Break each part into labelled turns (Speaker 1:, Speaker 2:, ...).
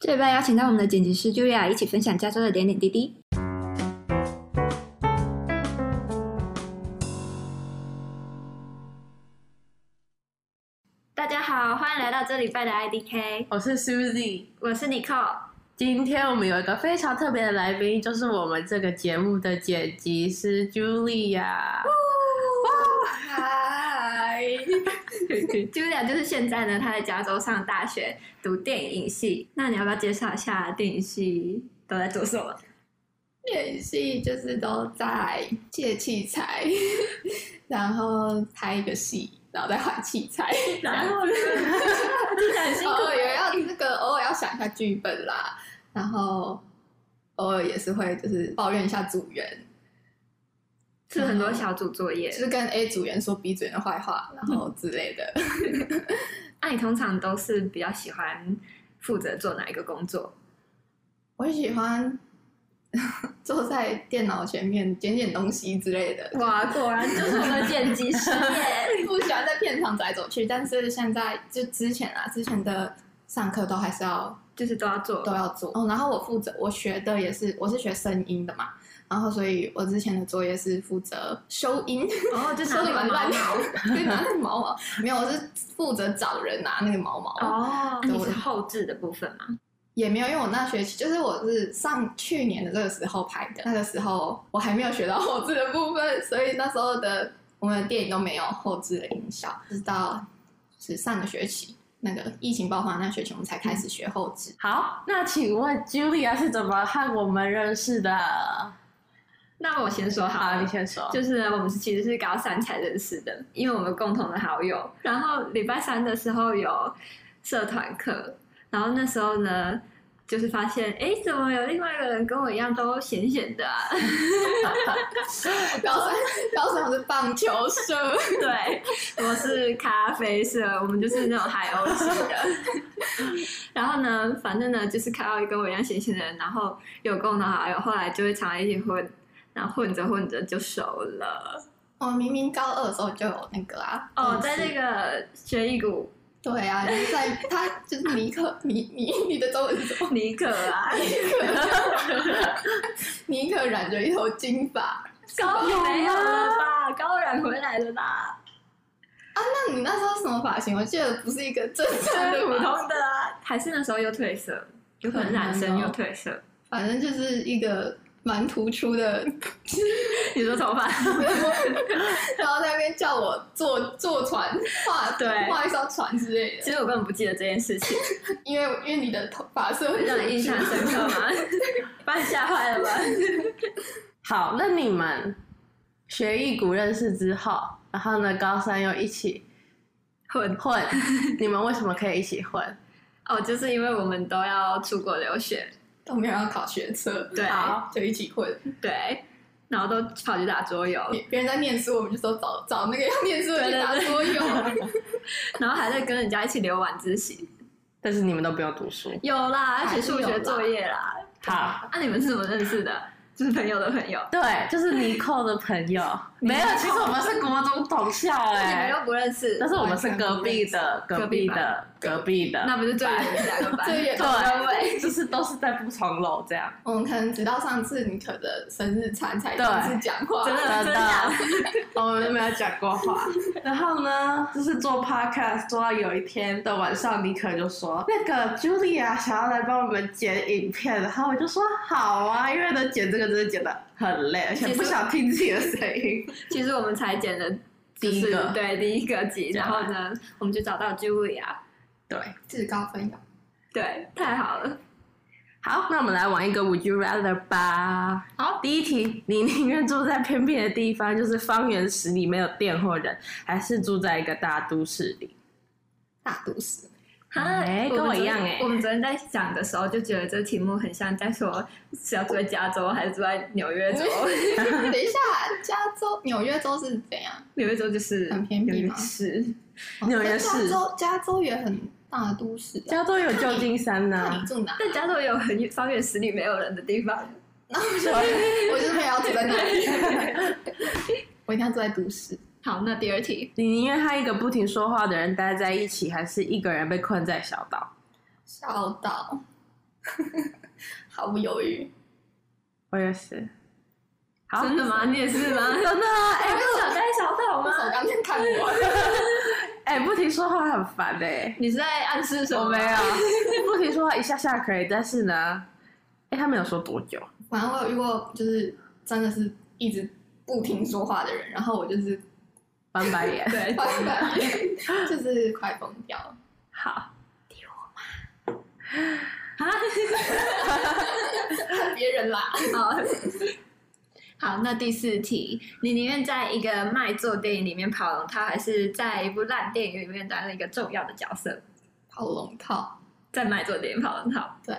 Speaker 1: 这礼拜邀请到我们的剪辑师 Julia 一起分享加州的点点滴滴。大家好，欢迎来到这礼拜的 IDK，
Speaker 2: 我是 Susie。
Speaker 1: 我是 Nicole。
Speaker 2: 今天我们有一个非常特别的来宾，就是我们这个节目的剪辑师 Julia。
Speaker 1: 嗨 ，Julia 就是现在呢，她在加州上大学读电影系。那你要不要介绍一下电影系都在做什么？
Speaker 3: 练戏就是都在借器材，然后拍一个戏，然后再还器材，
Speaker 1: 然后呢， 哦听起来很辛
Speaker 3: 偶
Speaker 1: 苦
Speaker 3: 尔也要那个偶尔要想一下剧本啦，然后偶尔也是会就是抱怨一下组员，
Speaker 1: 是很多小组作业
Speaker 3: 就。是跟 A 组员说 B 组员的坏话，然后之类的。
Speaker 1: 那你通常都是比较喜欢负责做哪一个工作？
Speaker 3: 我喜欢坐在电脑前面捡捡东西之类的，
Speaker 1: 哇，果然就是我们剪辑 师耶！
Speaker 3: 不喜欢在片场走来走去，但是现在就之前啊，之前的上课都还是要
Speaker 1: 就是都要做。
Speaker 3: 都要做。哦，然后我负责我学的也是，我是学声音的嘛，然后所以我之前的作业是负责收音，
Speaker 1: 然后哦 就拿
Speaker 3: 收的
Speaker 1: 那
Speaker 3: 蛮
Speaker 1: 个毛
Speaker 3: 烂的
Speaker 1: 毛。，
Speaker 3: 对，拿那个毛毛，没有，我是负责找人拿那个毛毛。
Speaker 1: 哦，
Speaker 3: 对
Speaker 1: 你是后置的部分吗？
Speaker 3: 也没有，因为我那学期就是我是上去年的这个时候拍的，那个时候我还没有学到后置的部分，所以那时候的我们的电影都没有后置的音效，直到是上个学期那个疫情爆发那学期，我们才开始学后置。
Speaker 2: 好，那请问 Julia 是怎么和我们认识的？
Speaker 1: 那我先说好
Speaker 2: 好，
Speaker 1: 了
Speaker 2: 你先说。
Speaker 1: 就是呢，我们是其实是高三才认识的，因为我们共同的好友。然后礼拜三的时候有社团课，然后那时候呢，就是发现，哎，怎么有另外一个人跟我一样都闲闲的啊？
Speaker 3: 高三，高三我是棒球社，
Speaker 1: 对，我是咖啡色，我们就是那种海鸥型的。 然后呢，反正呢，就是看到一个跟我一样闲闲的人，然后有共同好友，后来就会常常一起混，然后混着混着就熟了。
Speaker 3: 我哦明明高二的时候就有那个啊。
Speaker 1: 哦，
Speaker 3: 认识
Speaker 1: 在那个学艺股
Speaker 3: 对啊，就是在他就是尼克，尼尼你的中文是什么？
Speaker 1: 尼可啊，
Speaker 3: 尼克染着一头金发。
Speaker 1: 高
Speaker 2: 有
Speaker 1: 没有
Speaker 2: 吗
Speaker 1: 了吧？高染回来了 啦，
Speaker 3: 那你那时候什么发型？我记得不是一个正常
Speaker 1: 是
Speaker 3: 的
Speaker 1: 普
Speaker 3: 吧，
Speaker 1: 通的啊，还是那时候又褪色，嗯有可能染深又褪色。
Speaker 3: 反正就是一个蛮突出的，
Speaker 1: 你说头发？
Speaker 3: 然后在那边叫我坐坐船画
Speaker 1: 对
Speaker 3: 画一艘船之类
Speaker 1: 其
Speaker 3: 的，
Speaker 1: 实我根本不记得这件事情，
Speaker 3: 因为因为你的头发色
Speaker 1: 让你印象深刻 吗？把你吓坏了吧？
Speaker 2: 好，那你们学艺股认识之后，然后呢，高三又一起
Speaker 1: 混
Speaker 2: 混，你们为什么可以一起混？
Speaker 1: 哦，就是因为我们都要出国留学，
Speaker 3: 都没有要考学测，
Speaker 1: 对
Speaker 2: 好
Speaker 3: 就一起混。
Speaker 1: 对，然后都跑去打桌游，
Speaker 3: 别人在念书，我们就说找找那个要念书的去打桌游。
Speaker 1: 然后还在跟人家一起留晚自习，
Speaker 2: 但是你们都不用读书。
Speaker 1: 有啦，而且数
Speaker 3: 还是有
Speaker 1: 学
Speaker 3: 啦
Speaker 1: 作业啦。
Speaker 2: 好，
Speaker 1: 那、你们是怎么认识的？就是朋友的朋友。
Speaker 2: 对，就是尼寇的朋友。 没有，其实我们是国中同 校
Speaker 1: 你
Speaker 2: 哎、
Speaker 1: 们又不认识
Speaker 2: 但，是我们是隔壁的，隔壁的，隔壁的，
Speaker 1: 那不是最远的两个班？
Speaker 3: 最 远的
Speaker 1: 单
Speaker 2: 对，
Speaker 1: 位。
Speaker 2: 就是都是在不同楼这样。
Speaker 3: 我们可能直到上次你可的生日餐才第
Speaker 2: 对
Speaker 3: 一次讲话，
Speaker 1: 真的
Speaker 2: 真的，我们都没有讲过话。然后呢，就是做 podcast 做到有一天的晚上，尼可就说那个 Julia 想要来帮我们剪影片，然后我就说好啊，因为呢剪这个真的剪的很累，而且不想听自己的声音。
Speaker 1: 其实我们才剪了就是
Speaker 2: 第一个
Speaker 1: 对第一个集，
Speaker 2: 对
Speaker 1: 然后呢，我们就找到 Julia，
Speaker 2: 对，
Speaker 3: 至高分友。
Speaker 1: 对，太好了。
Speaker 2: 好，那我们来玩一个 Would you rather 吧。
Speaker 1: 好，
Speaker 2: 第一题，你宁愿住在偏僻的地方，就是方圆十里没有店或人，还是住在一个大都市里？
Speaker 3: 大都市，
Speaker 1: 哈
Speaker 2: 哎
Speaker 1: 们
Speaker 2: 跟我一样
Speaker 1: 昨天
Speaker 2: 哎
Speaker 1: 我们昨天在想的时候就觉得这题目很像在说是要住在加州还是住在纽约 州？
Speaker 3: 等一下，加州、纽约州是怎样？
Speaker 1: 纽约州就是
Speaker 3: 很偏僻吗
Speaker 1: 是
Speaker 2: 纽约
Speaker 3: 加
Speaker 2: 市
Speaker 3: 州，加州也很大都市、啊。
Speaker 2: 加州有旧金山呐、
Speaker 3: 那你住哪？
Speaker 1: 但加州也有很远方圆十里没有人的地方。
Speaker 3: 我就是没有要住在那里， 我一定要住在都市。
Speaker 1: 好，那第二题，
Speaker 2: 你宁愿和一个不停说话的人待在一起，还是一个人被困在小岛？
Speaker 3: 小岛， 毫不犹豫。
Speaker 2: 我也是。好，
Speaker 1: 真的吗？你也是吗？
Speaker 2: 真的啊！哎、
Speaker 1: 哎，不是小戴小戴
Speaker 3: 我手
Speaker 1: 吗？
Speaker 3: 刚在看我，
Speaker 2: 哎、不停说话很烦哎、
Speaker 1: 你是在暗示什么？
Speaker 2: 我没 有， 不停说话一下下可以，但是呢，哎、他没有说多久，
Speaker 3: 反正我有遇过，就是真的是一直不停说话的人，然后我就是
Speaker 2: 翻白 眼。
Speaker 1: 对，
Speaker 3: 快快， 就是快疯掉了。
Speaker 2: 好，
Speaker 1: 啊，
Speaker 3: 看别人啦，
Speaker 1: 好。 好，那第四题，你宁愿在一个卖座电影里面跑龙套，还是在一部烂电影里面担任一个重要的角色？
Speaker 3: 跑龙套，
Speaker 1: 在卖座电影跑龙套，
Speaker 3: 对，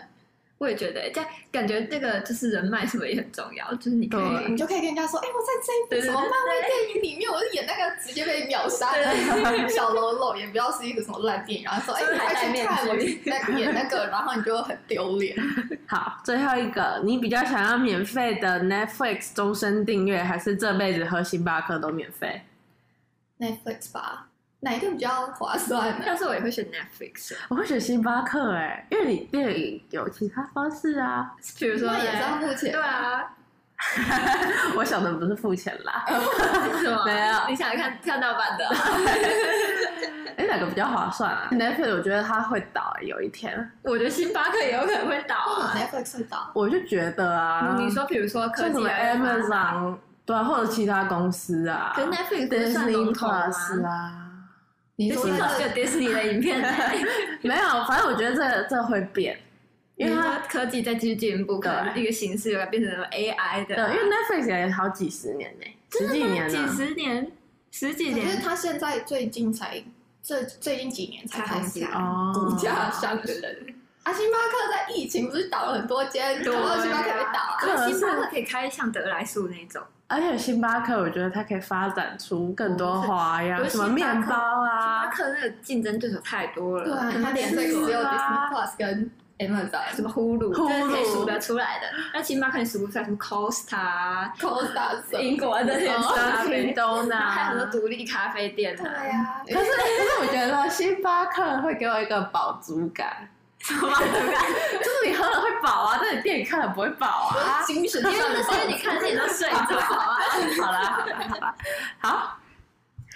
Speaker 1: 我也觉得，在感觉这个就是人脉什么也很重要，就是你可
Speaker 2: 对
Speaker 1: 以
Speaker 3: 你就可以跟人家说，哎、我在这一
Speaker 1: 对对
Speaker 3: 部什么漫威电影里面，我是演那个直接被秒杀的小喽啰，也不要是一个什么烂电影，然后说，哎、
Speaker 1: 就是
Speaker 3: 你
Speaker 1: 还戴
Speaker 3: 快去
Speaker 1: 面
Speaker 3: 看
Speaker 1: 具
Speaker 3: 我在演那个，然后你就很丢脸。
Speaker 2: 好，最后一个，你比较想要免费的 Netflix 终身订阅，还是这辈子喝星巴克都免费？
Speaker 3: Netflix 吧，哪一个比较划算呢？
Speaker 1: 但是我也会选 Netflix，
Speaker 2: 我会选星巴克哎、因为你电影有其他方式啊。
Speaker 1: 比如说
Speaker 3: 那也是要付钱，
Speaker 1: 对，啊，
Speaker 2: 我想的不是付钱 啦，
Speaker 1: 是吗？
Speaker 2: 没有
Speaker 1: 你想看跳盗版的？
Speaker 2: 哎、哪个比较划算啊？Netflix 我觉得它会倒、欸有一天，
Speaker 1: 我觉得星巴克也有可能会倒
Speaker 3: 哦
Speaker 1: 啊。
Speaker 3: Netflix 会倒，
Speaker 2: 我就觉得啊，
Speaker 1: 你说，比如说科
Speaker 2: 像什
Speaker 1: 技啊
Speaker 2: 么
Speaker 1: 的发展
Speaker 2: Amazon 啊对啊，或者其他公司啊，
Speaker 1: 可是 Netflix 不是算
Speaker 2: Disney
Speaker 1: 龙头吗？
Speaker 2: Plus 啊。
Speaker 3: 你
Speaker 1: 就
Speaker 3: 说
Speaker 1: 是
Speaker 3: 的
Speaker 1: 有
Speaker 3: 是
Speaker 1: Disney 的影片，
Speaker 2: 没有，反正我觉得这这会变， 因
Speaker 1: 因
Speaker 2: 为
Speaker 1: 为
Speaker 2: 它
Speaker 1: 它科技在继续进步，可能
Speaker 2: 对
Speaker 1: 一个形式有变成什么 AI 的
Speaker 2: 对，
Speaker 1: 啊，
Speaker 2: 因为 Netflix 也好几十年呢、十几年
Speaker 1: 几
Speaker 2: 了。
Speaker 1: 十年、十几
Speaker 3: 可是
Speaker 1: 年，
Speaker 3: 他现在最近才最最近几年才开始
Speaker 1: 才
Speaker 3: 啊
Speaker 1: 开始
Speaker 2: 哦
Speaker 3: 股价上的人。啊，星巴克在疫情不是倒了很多间，然
Speaker 1: 对
Speaker 3: 后星巴克也倒啊。
Speaker 1: 可是星巴克可以开像德莱素那种，
Speaker 2: 而且星巴克，我觉得它可以发展出更多花
Speaker 1: 不
Speaker 2: 样，
Speaker 1: 是
Speaker 2: 什么面包
Speaker 1: 星巴
Speaker 2: 啊，
Speaker 1: 克那个竞争对手太多了，
Speaker 3: 对啊，
Speaker 1: 可能
Speaker 3: 他连这个
Speaker 2: 是
Speaker 3: 只有
Speaker 2: 啊
Speaker 3: Disney Plus 跟
Speaker 1: 什
Speaker 3: Amazon、啊
Speaker 1: 么呼噜，
Speaker 2: 呼噜
Speaker 1: 这是可以数得出来的。那星巴克你数不出来，什么 Costa 啊、
Speaker 3: Costa 什么。
Speaker 1: 英国的那些
Speaker 3: 哦
Speaker 1: 咖啡
Speaker 2: Dunkin' Donuts
Speaker 1: 然后还有很多独立咖啡店
Speaker 3: 对
Speaker 1: 啊，
Speaker 2: 啊
Speaker 3: 呀，
Speaker 2: 可是，可是我觉得星巴克会给我一个饱足感，
Speaker 1: 什么 对吧？
Speaker 2: 就是你喝了会饱啊，但你电影看了不会饱啊。
Speaker 3: 就是精神
Speaker 1: 因
Speaker 3: 上
Speaker 1: 为
Speaker 3: 的
Speaker 1: 因为你看电影都睡着啊。
Speaker 2: 好啦，好啦，好啦，好。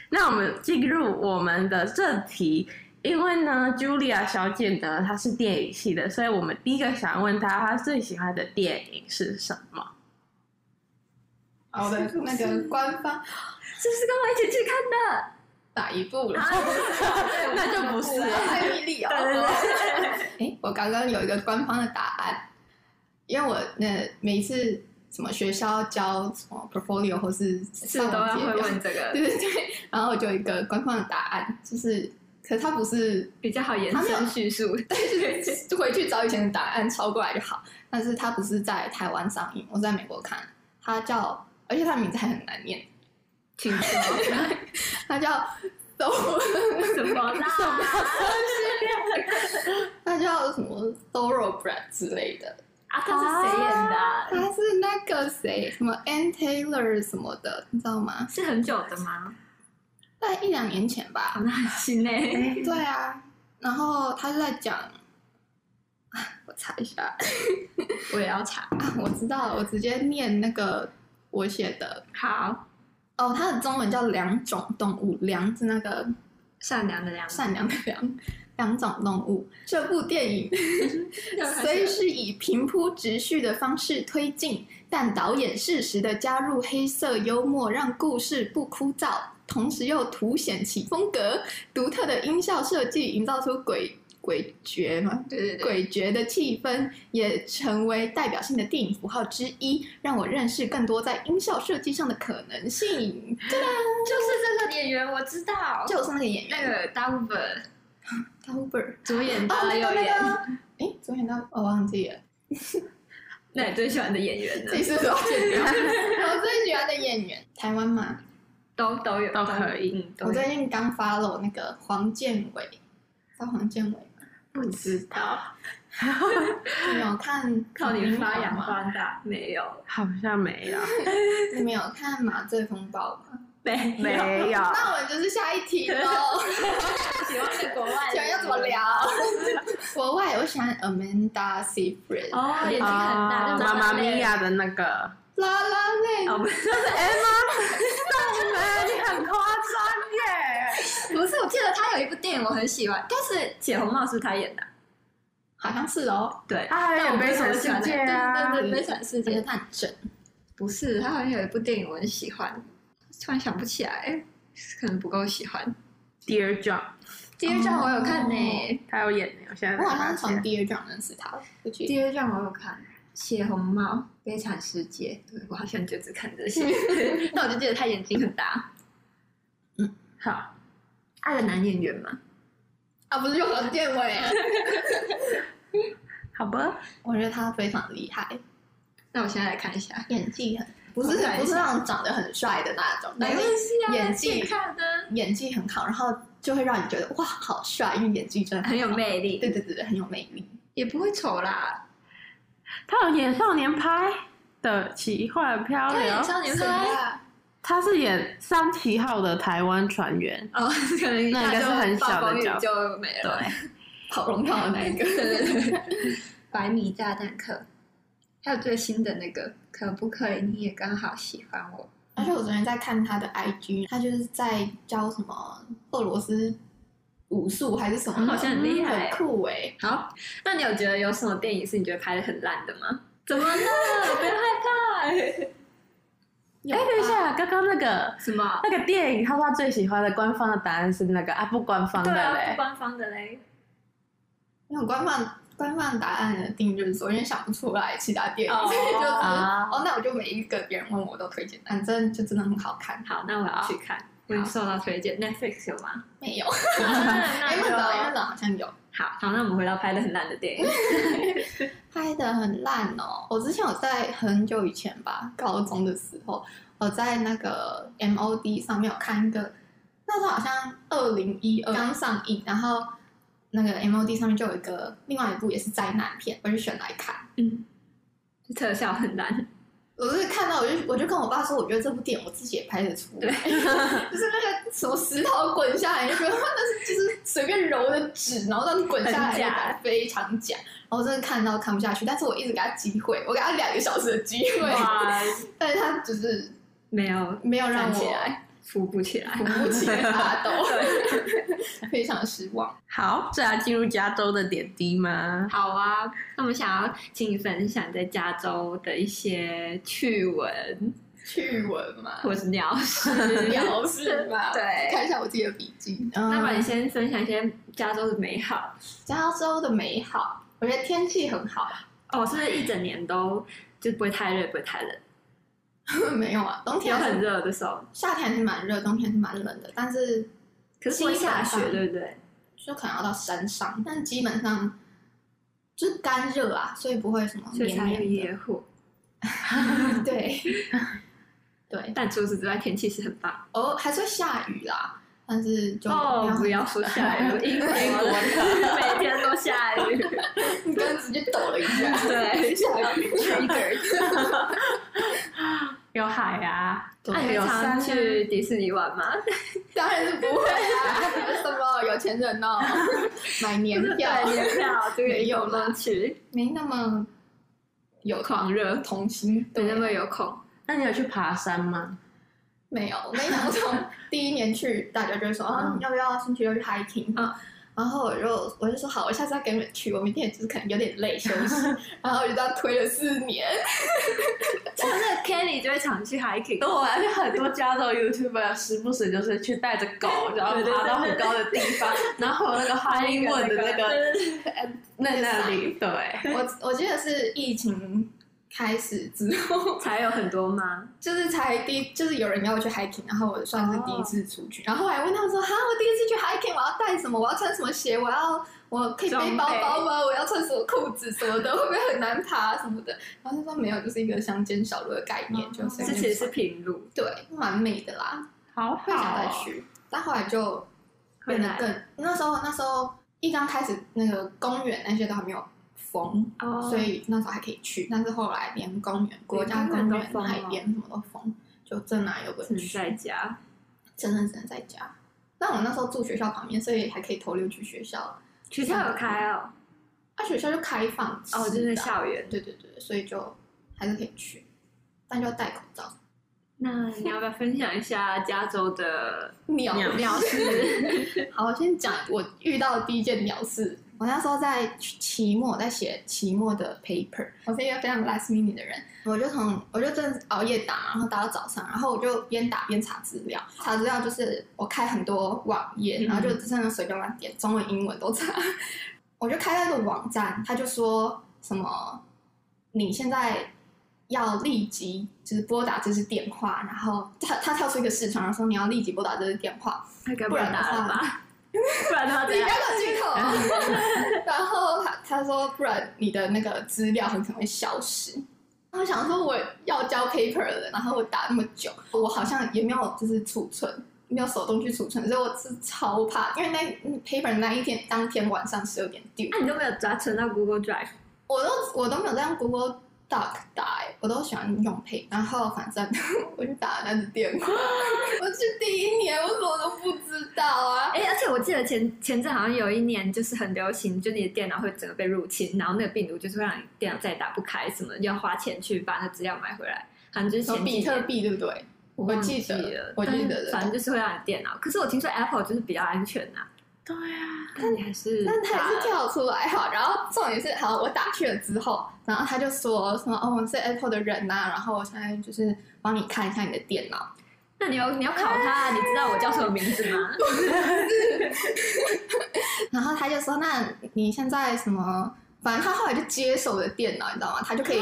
Speaker 2: 那我们进入我们的正题，因为呢，Julia 小姐呢，她是电影系的，所以我们第一个想问她，她最喜欢的电影是什么？
Speaker 3: 好的那个官方
Speaker 1: 这是跟我一起去看 的，
Speaker 3: 哪一部了？
Speaker 2: 那就不是了。
Speaker 3: 艾米丽哦。
Speaker 1: 啊 对对
Speaker 3: 哎，我刚刚有一个官方的答案，因为我那每一次什么学校交什么 portfolio 或是
Speaker 1: 是
Speaker 3: 是
Speaker 1: 都要会问这个，
Speaker 3: 对对对，然后我就有一个官方的答案，就是，可是它不是
Speaker 1: 比较好延
Speaker 3: 他没有
Speaker 1: 伸叙述。
Speaker 3: 就回去找以前的答案抄过来就好，但是它不是在台湾上映，我是在美国看，它叫，而且它的名字还很难念，
Speaker 1: 请说
Speaker 3: 它叫 Thor，
Speaker 1: 什么 啦？
Speaker 3: 它叫什么 Thoroughbred 之类的，
Speaker 1: 啊，他是谁演的啊？
Speaker 3: 它是那个谁什么 Ann Taylor 什么的，你知道吗？
Speaker 1: 是很久的吗？
Speaker 3: 大概一两年前吧，
Speaker 1: 好，那很新嘞。
Speaker 3: 对啊，然后他就在讲， 啊我查一下 啊，
Speaker 1: 我也要查。
Speaker 3: 我知道了，我直接念那个我写的
Speaker 1: 好，
Speaker 3: 哦，它的中文叫两种动物，两是那个
Speaker 1: 善良的良民，
Speaker 3: 善良的良，两种动物。这部电 影虽
Speaker 1: 以
Speaker 3: 是以平铺直叙的方式推进，但导演适时的加入黑色幽默，让故事不枯燥，同时又凸显其风格独特的音效设计，营造出诡诡谲嘛，
Speaker 1: 对对对，
Speaker 3: 诡谲的气氛也成为代表性的电影符号之一，让我认识更多在音效设计上的可能 性。啊
Speaker 1: 就是这个演员，我知道，
Speaker 3: 就是那个演
Speaker 1: 那
Speaker 3: 员，
Speaker 1: 个 d o u b e r
Speaker 3: 他 Uber
Speaker 1: 主演
Speaker 3: 哦，
Speaker 1: 的
Speaker 3: 那
Speaker 1: 有
Speaker 3: 个那
Speaker 1: 演。
Speaker 3: 个，哎，昨天他我忘记了，
Speaker 1: 那你最喜欢的演员呢
Speaker 3: 这？是我剪掉。我最喜欢的演员，台湾嘛，
Speaker 1: 都都有
Speaker 2: 都可以
Speaker 1: 嗯，
Speaker 3: 我
Speaker 1: 都有？
Speaker 3: 最近刚发了那个黄建伟，知道黄建伟吗？
Speaker 2: 不知道，
Speaker 3: 你有看
Speaker 1: 靠你发扬
Speaker 3: 吗？
Speaker 1: 光大，没有
Speaker 2: 好像没有，
Speaker 3: 你们有看《麻醉风暴》吗？
Speaker 1: 没
Speaker 2: 没有。
Speaker 3: 那我们就是下一题喽。
Speaker 1: 喜欢的国外
Speaker 3: 想要怎么聊？国外我喜欢 Amanda Seyfried，
Speaker 1: 哦
Speaker 3: 我觉得
Speaker 1: 眼睛
Speaker 3: 她
Speaker 1: 很大
Speaker 2: 啊
Speaker 1: 就
Speaker 2: 妈
Speaker 1: 拉
Speaker 2: 妈
Speaker 1: 拉
Speaker 2: 咪
Speaker 1: 链
Speaker 2: 呀的那个，
Speaker 3: 拉拉 泪
Speaker 1: 哦，不是，
Speaker 2: 是 Emma，你们你很夸张
Speaker 1: 不是，我记得他有一部电影我很喜欢，但是《解红帽》是不是他演的啊？
Speaker 3: 好像是哦，
Speaker 1: 对，
Speaker 2: 耶！
Speaker 1: 但
Speaker 2: 哎，
Speaker 1: 我
Speaker 2: 悲惨
Speaker 1: 不喜
Speaker 2: 世
Speaker 1: 欢
Speaker 2: 界
Speaker 1: 那
Speaker 2: 啊
Speaker 1: 个！对对对，悲惨世
Speaker 3: 而且
Speaker 1: 界
Speaker 3: 她很正，
Speaker 1: 不是，他好像有一部电影我很喜欢，突然想不起来，哎可能不够喜欢。
Speaker 2: Dear John，
Speaker 1: 第二站我有看呢，
Speaker 2: 他有演，我现在
Speaker 3: 我好像
Speaker 2: 在
Speaker 3: 是从
Speaker 2: 发现。
Speaker 3: 第二章认识她的，我记得
Speaker 1: 第二站我有看。血红帽、悲惨世界，对我好像就只看这 些，但我就记得他眼睛很大。
Speaker 2: 好，
Speaker 1: 爱的男演员嘛，
Speaker 3: 啊，不是有何建伟，
Speaker 2: 好吧，
Speaker 3: 我觉得他非常厉害，
Speaker 1: 那我现在来看一下。
Speaker 3: 演技很不是
Speaker 1: 好看一下
Speaker 3: 不是那种长得很帅的那种，但是
Speaker 1: 系
Speaker 2: 啊
Speaker 3: 演技
Speaker 1: 自己看的
Speaker 3: 演技很好，然后就会让你觉得哇好帅，因为演技真的
Speaker 1: 很有
Speaker 3: 好，
Speaker 1: 魅力，
Speaker 3: 对对对对，很有魅力。
Speaker 1: 也不会丑啦。
Speaker 2: 他有演少年派的奇幻漂
Speaker 1: 他
Speaker 2: 流
Speaker 1: 演，少年
Speaker 3: 谁
Speaker 1: 派
Speaker 3: 啊
Speaker 2: 他是演三七号的台湾船员，
Speaker 1: 哦，可能一
Speaker 2: 那
Speaker 1: 下
Speaker 2: 应该是
Speaker 1: 就
Speaker 2: 很
Speaker 1: 暴
Speaker 2: 小的
Speaker 1: 风雨
Speaker 2: 角
Speaker 1: 就没了。
Speaker 3: 跑龙套的那一个，
Speaker 1: 百米炸弹客，还有最新的那个，可不可以你也刚好喜欢我？
Speaker 3: 而且我昨天在看他的 IG，他就是在教什么俄罗斯武术还是什么的，
Speaker 1: 好像很厉害
Speaker 3: 嗯很酷哎、
Speaker 1: 好，那你有觉得有什么电影是你觉得拍的很烂的吗？怎么了？不要害
Speaker 3: 有
Speaker 2: 哎，
Speaker 3: 吧
Speaker 2: 等一，下，刚刚那个
Speaker 1: 怕。什么？啊
Speaker 2: 那个电影，他说他最喜欢的官方的答案是那个啊，不官方
Speaker 1: 对
Speaker 2: 的
Speaker 1: 啊，不
Speaker 2: 嘞，
Speaker 1: 官方的嘞。
Speaker 3: 那种官方官方答案的定义就是说，因为想不出来其他电影，
Speaker 1: 哦
Speaker 3: 所以就只是
Speaker 2: 啊
Speaker 3: 哦，那我就每一个别人问我都推荐，反正就真的很好看。
Speaker 1: 好，那我要去看。我已经受到推荐，Netflix 有 吗？
Speaker 3: 没 有，
Speaker 1: 那
Speaker 3: 哎，
Speaker 1: 就
Speaker 3: 那岛那岛好像有
Speaker 1: 好好，那我们回到拍的很烂的 电影。
Speaker 3: 拍的很烂哦。我之前有在很久以前吧，高中的时候，我在那个 MOD 上面有看一个，那时候好像二零一二刚上映，然后那个 MOD 上面就有一个另外一部也是灾难片，我就选来看。
Speaker 1: 嗯，特效很烂。
Speaker 3: 我是看到我就我就跟我爸说，我觉得这部电影我自己也拍得出来， 就是那个什么石头滚下来，你就觉得那是就是随便揉的纸，然后让你滚下来，
Speaker 1: 很假
Speaker 3: 感觉非常假。然后我真的看到看不下去，但是我一直给他机会，我给他两个小时的机会，
Speaker 1: 哇，
Speaker 3: 但是他只是
Speaker 1: 没有
Speaker 3: 没有让
Speaker 1: 站起
Speaker 3: 我
Speaker 1: 来，扶不起来
Speaker 3: 扶。不起来 发抖， 非常失望。
Speaker 2: 好，这要进入加州的点滴 吗？
Speaker 1: 好啊，那我们想要请你分享在加州的一些趣闻
Speaker 3: 趣闻 嘛，
Speaker 1: 或是鸟事。
Speaker 3: 鸟事嘛，
Speaker 1: 对
Speaker 3: 看一下我自己的笔记。
Speaker 1: 那不然
Speaker 3: 嗯
Speaker 1: 你，先分享一些加州的美好
Speaker 3: 加州的美好，我觉得天气很好。
Speaker 1: 哦，是不是一整年都就不会太热，不会太冷，
Speaker 3: 没有啊，冬
Speaker 1: 有
Speaker 3: 天还
Speaker 1: 很
Speaker 3: 是
Speaker 1: 热的时候，
Speaker 3: 夏天还是蛮热，冬天还是蛮冷的，但是
Speaker 1: 可是不会下
Speaker 3: 基
Speaker 1: 雪，
Speaker 3: 本上
Speaker 1: 对不对？
Speaker 3: 就可能要到山上，但基本上就是干热啊，所以不会什么
Speaker 1: 所以
Speaker 3: 黏
Speaker 1: 才有
Speaker 3: 黏
Speaker 1: 野火。
Speaker 3: 的。 对，对，
Speaker 1: 但除此之外，天气是很棒
Speaker 3: 偶尔还是会下雨啦，但是就
Speaker 1: 哦。不要 说下雨，英国
Speaker 2: 嗯
Speaker 1: 的每天都下雨。
Speaker 3: 你刚刚直接抖了一下，
Speaker 1: 对
Speaker 3: 下雨 trigger。
Speaker 2: 有海啊，
Speaker 1: 那你
Speaker 2: 有
Speaker 1: 平常
Speaker 2: 山
Speaker 1: 去迪士尼玩 吗？
Speaker 3: 当然是不会啊， 什么有钱 人哦，买年票
Speaker 1: 对， 年票这个
Speaker 3: 没有
Speaker 1: 有
Speaker 3: 啦
Speaker 1: 乐趣，
Speaker 3: 没那么有
Speaker 1: 狂热
Speaker 3: 童心，
Speaker 1: 没那
Speaker 3: 对
Speaker 1: 么有空。
Speaker 2: 那你有去爬山吗？
Speaker 3: 没有，我跟你讲，我从第一年去，大家就会说啊，要不要星期六去 hiking？、
Speaker 1: 嗯
Speaker 3: 然后我就我就说好，我下次要跟你们去。我明天也就是可能有点累，休息。然后我就这样推了四年。
Speaker 1: 像那 Kelly 就会常去 hiking，
Speaker 2: 我而且很多加州 YouTuber 时不时就是去带着狗，然后爬到很高的地方，然后有那个 Hollywood 的那个那那里，对，
Speaker 3: 我我记得是疫情开始之后，
Speaker 1: 才有很多吗？
Speaker 3: 就是才第就是有人要我去 hiking，然后我算是第一次出
Speaker 1: 哦
Speaker 3: 去。然后我还问他们说，哈，我第一次去 hiking，我要带什么？我要穿什么鞋？我要我可以背
Speaker 1: 装备
Speaker 3: 包包吗？我要穿什么裤子什么的？会不会很难爬什么的？然后他说没有，就是一个乡间小路的概念，就随
Speaker 1: 之
Speaker 3: 便
Speaker 1: 前
Speaker 3: 穿
Speaker 1: 哦是平路，
Speaker 3: 对，蛮美的啦，
Speaker 2: 好
Speaker 1: 哦
Speaker 3: 会想再
Speaker 2: 好，
Speaker 3: 去。但后来就变得更，那时候那时候一刚开始那个公园那些都还没有封，
Speaker 1: 哦
Speaker 3: 所以那时候还可以去。但是后来连公园、国家
Speaker 1: 公园
Speaker 3: 公
Speaker 1: 都
Speaker 3: 园、
Speaker 1: 封了
Speaker 3: 海边什么都封，就真的有个
Speaker 1: 只能嗯
Speaker 3: 去，
Speaker 1: 在家。
Speaker 3: 真的只能在家。但我那时候住学校旁边，所以还可以偷溜去学校。
Speaker 1: 学校有开哦，
Speaker 3: 啊，学校就开放式的啊
Speaker 1: 哦，就是校园。
Speaker 3: 对对对，所以就还是可以去，但就要戴口罩。
Speaker 1: 那你要不要分享一下加州的
Speaker 3: 鸟
Speaker 2: 鸟
Speaker 3: 鸟事，好，我先讲我遇到的第一件鸟事。我那时候在期末，在写期末的 paper，我是一个非常 last minute 的人，我就从我就真的熬夜打嘛，然后打到早上，然后我就边打边查资料，查资料就是我开很多网页，
Speaker 1: 嗯
Speaker 3: 然后就只剩下随便乱点，中文、英文都查。 我就开了一个网站，他就说什么你现在要立即就是拨打这支电话，然后他他跳出一个视窗，然后说你要立即拨打这支电话，
Speaker 1: 那该
Speaker 3: 不然的
Speaker 1: 打了
Speaker 3: 话
Speaker 1: 吧？不然的话
Speaker 3: 你
Speaker 1: 怎
Speaker 3: 不要
Speaker 1: 样？
Speaker 3: 搞剧 透啊。然后他他说不然你的那个资料很可能会消失。然后我想说我要交 paper 了，然后我打那么久，我好像也没有就是储存。没有手动去储存，所以我是超怕，因为那嗯 paper 那一天当天晚上十二点丢，
Speaker 1: 那你都没有抓存到 Google Drive，
Speaker 3: 我都我都没有在用 Google Doc 打、欸，我都喜欢用 Pay。然后反正 我就打了那只电话， 我去第一年我什么都不知道啊。
Speaker 1: 哎、而且我记得前前阵好像有一年就是很流行，就你的电脑会整个被入侵，然后那个病毒就是会让你电脑再也打不开，什么要花钱去把那资料买回来，好像就是
Speaker 3: 什
Speaker 1: 前
Speaker 3: 么
Speaker 1: 几
Speaker 3: 比特
Speaker 1: 年。
Speaker 3: 币对不对？
Speaker 1: 我
Speaker 3: 我
Speaker 1: 忘
Speaker 3: 记
Speaker 1: 记
Speaker 3: 得
Speaker 1: 了，
Speaker 3: 我记
Speaker 1: 但是
Speaker 3: 得的
Speaker 1: 反正就是会让你电脑。可是我听说 Apple 就是比较安全呐、
Speaker 2: 对啊，
Speaker 1: 但你还是
Speaker 3: 但他还
Speaker 1: 打
Speaker 3: 是
Speaker 1: 了
Speaker 3: 跳出来哈。 然后重点是，好，我打去了之后，然后他就说什么哦，我是 Apple 的人呐、然后我现在就是帮你看一下你的电脑。
Speaker 1: 那你要你要考他，你知道我叫什么名字 吗？
Speaker 3: 啊然后他就说：“那你现在什么？”反正他后来就接手我的电脑，你知道吗？他就可以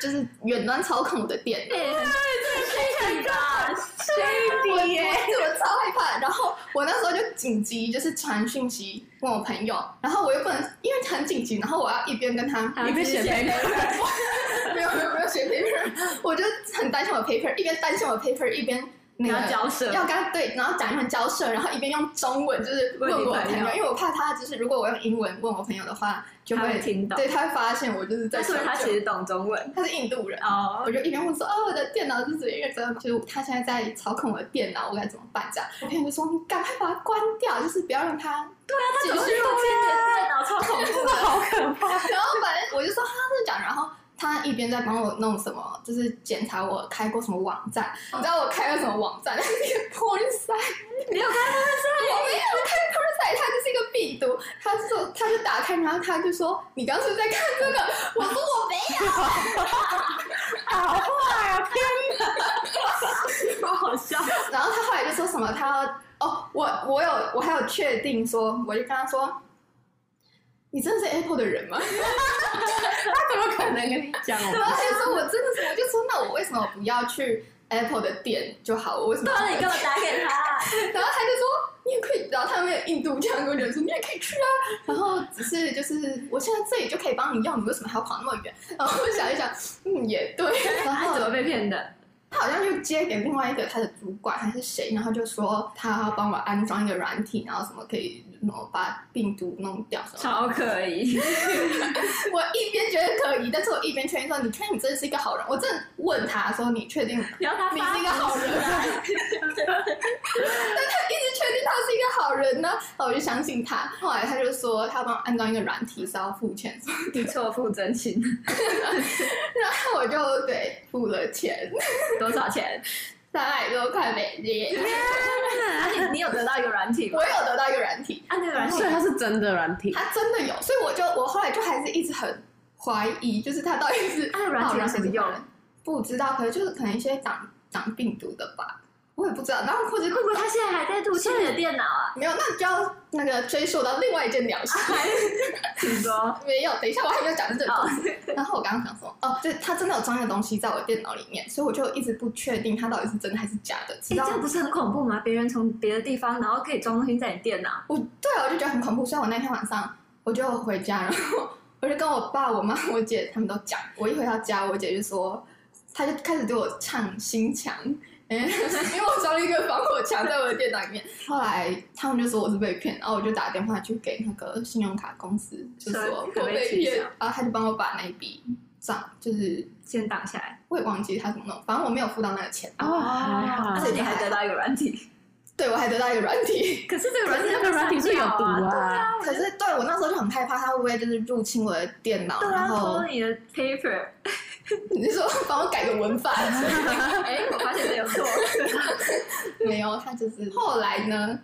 Speaker 3: 就是远端操控我的电脑。
Speaker 1: 哎，这个吧，
Speaker 3: 我我 我超害怕。然后我那时候就紧急，就是传讯息问我朋友，然后我又不能因为很紧急，然后我要一边跟他
Speaker 1: 还有
Speaker 2: 一边写
Speaker 1: 之前
Speaker 2: paper，
Speaker 3: 没有没有没有写 paper，我就 很担心我的 paper，一边担心我的 paper，一边 那
Speaker 1: 你
Speaker 3: 个
Speaker 1: 要交涉，
Speaker 3: 要跟他对，然后讲英文交涉，然后一边用中文就是问我
Speaker 1: 问你
Speaker 3: 朋
Speaker 1: 朋
Speaker 3: 友
Speaker 1: 友，
Speaker 3: 因为我怕他就是如果我用英文问我朋友的话，就
Speaker 1: 他会
Speaker 3: 会
Speaker 1: 听懂。
Speaker 3: 对，他会发现我就是在
Speaker 1: 但是
Speaker 3: 小
Speaker 1: 他
Speaker 3: 九
Speaker 1: 其实懂中文
Speaker 3: 他是印度人，
Speaker 1: 哦
Speaker 3: 我。就一边问说：“哦，我的电脑是怎么样怎么样？就是他现在在操控我的电脑，我该怎么办？”这样，我朋友就说：“你赶快把它关掉，就是不要让它对
Speaker 1: 他
Speaker 3: 啊
Speaker 1: 怎么会入侵你的电脑？超恐怖的。
Speaker 2: 好可怕。
Speaker 3: 然后反正我就说他在讲，然后他一边在帮我弄什么，就是检查我开过什么网站。你知道我开过什么网站？那是一个 porn site，
Speaker 1: 你有看到
Speaker 3: 我没有开 porn site，它就是一个病毒。他就说，他就打开，然后他就说：“你刚刚是不是在看这个？” 我说：“我没
Speaker 2: 好坏啊！天
Speaker 1: 这么 好笑？
Speaker 3: 然后他后来就说什么，他要哦，我我有我还有确定说，我就跟他说，你真的是 Apple 的人吗？
Speaker 2: 他怎么可能跟你讲？
Speaker 3: 然后他就说我真的是，我就说那我为什么不要去 Apple 的店就好？我为什么
Speaker 1: 对
Speaker 3: 要
Speaker 1: 啊，你
Speaker 3: 去？
Speaker 1: 干嘛打给 他？
Speaker 3: 然后他就说你也可以，然后他们有印度腔跟我讲说你也可以去啊，然后只是就是我现在这里就可以帮你用，你为什么还要跑那么远？然后我想一想，嗯，也对，然
Speaker 1: 他
Speaker 3: 后
Speaker 1: 怎么被骗的？
Speaker 3: 他好像就接给另外一个他的主管还是谁，然后就说他要帮我安装一个软体，然后什么可以什么把病毒弄掉什么的。
Speaker 1: 超可疑。
Speaker 3: 我一边觉得可疑，但是我一边确定说，你确定你真的是一个好人？我真的问他说，你确定
Speaker 1: 你要他
Speaker 3: 你是一个
Speaker 1: 发
Speaker 3: 好人啊？ 但他一直确定他是一个好人呢、然后我就相信他。后来他就说，他帮我安装一个软体是要付钱，
Speaker 1: 你错付真心，
Speaker 3: 然后我就对付了钱，
Speaker 1: 多少 钱？
Speaker 3: 三百多块美金。
Speaker 1: 啊而且你有得到一个软体吗？
Speaker 3: 我有得到一个软体，
Speaker 1: 啊，那个软体
Speaker 2: 所以他是真的软体，
Speaker 3: 他真的有，所以我就我后来就还是一直很怀疑，就是他到底是
Speaker 1: 啊软体有什么用？
Speaker 3: 不知道，可能就是可能一些长长病毒的吧，我也不知道。然后或者哦
Speaker 1: 会不会他现在还在入侵你的电脑啊？
Speaker 3: 没有，那就要那个追溯到另外一件鸟事。
Speaker 1: 请说。
Speaker 3: 没有，等一下我还没有讲到这个
Speaker 1: 啊哦
Speaker 3: 东西。 然后我刚刚想说，哦，对，他真的有装一个东西在我电脑里面，所以我就一直不确定他到底是真的还是假的，直
Speaker 1: 哎，
Speaker 3: 到
Speaker 1: 这样不是很恐怖吗？别人从别的地方，然后可以装东西在你电脑。
Speaker 3: 我对啊我就觉得很恐怖，所以我那天晚上我就回家，然后我就跟我爸、我妈、我姐他们都讲，我一回到家，我姐就说，她就开始对我唱心墙。嗯 因为我装了一个防火墙在我的电脑里面，后来他们就说我是被骗，然后我就打电话去给那个信用卡公司，就
Speaker 1: 说
Speaker 3: 说
Speaker 1: 可
Speaker 3: 我
Speaker 1: 不可以
Speaker 3: 被
Speaker 1: 取消
Speaker 3: 骗，然后他就帮我把那一笔账，就是
Speaker 1: 先挡下来。
Speaker 3: 我也忘记他怎么弄，反正我没有付到那个钱。
Speaker 2: 哦还好
Speaker 1: 而且你还得到一个软体，
Speaker 3: 对我还得到一个软体，
Speaker 1: 可是这个软体
Speaker 2: 那个软体是有毒啊，
Speaker 3: 可是对我那时候就很害怕，它会不会就是入侵我的电脑，
Speaker 1: 对啊，
Speaker 3: 然后
Speaker 1: 偷你的 paper，
Speaker 3: 你说帮我改个文法？
Speaker 1: 哎，我发现没有错，
Speaker 3: 没有，他就是后来呢，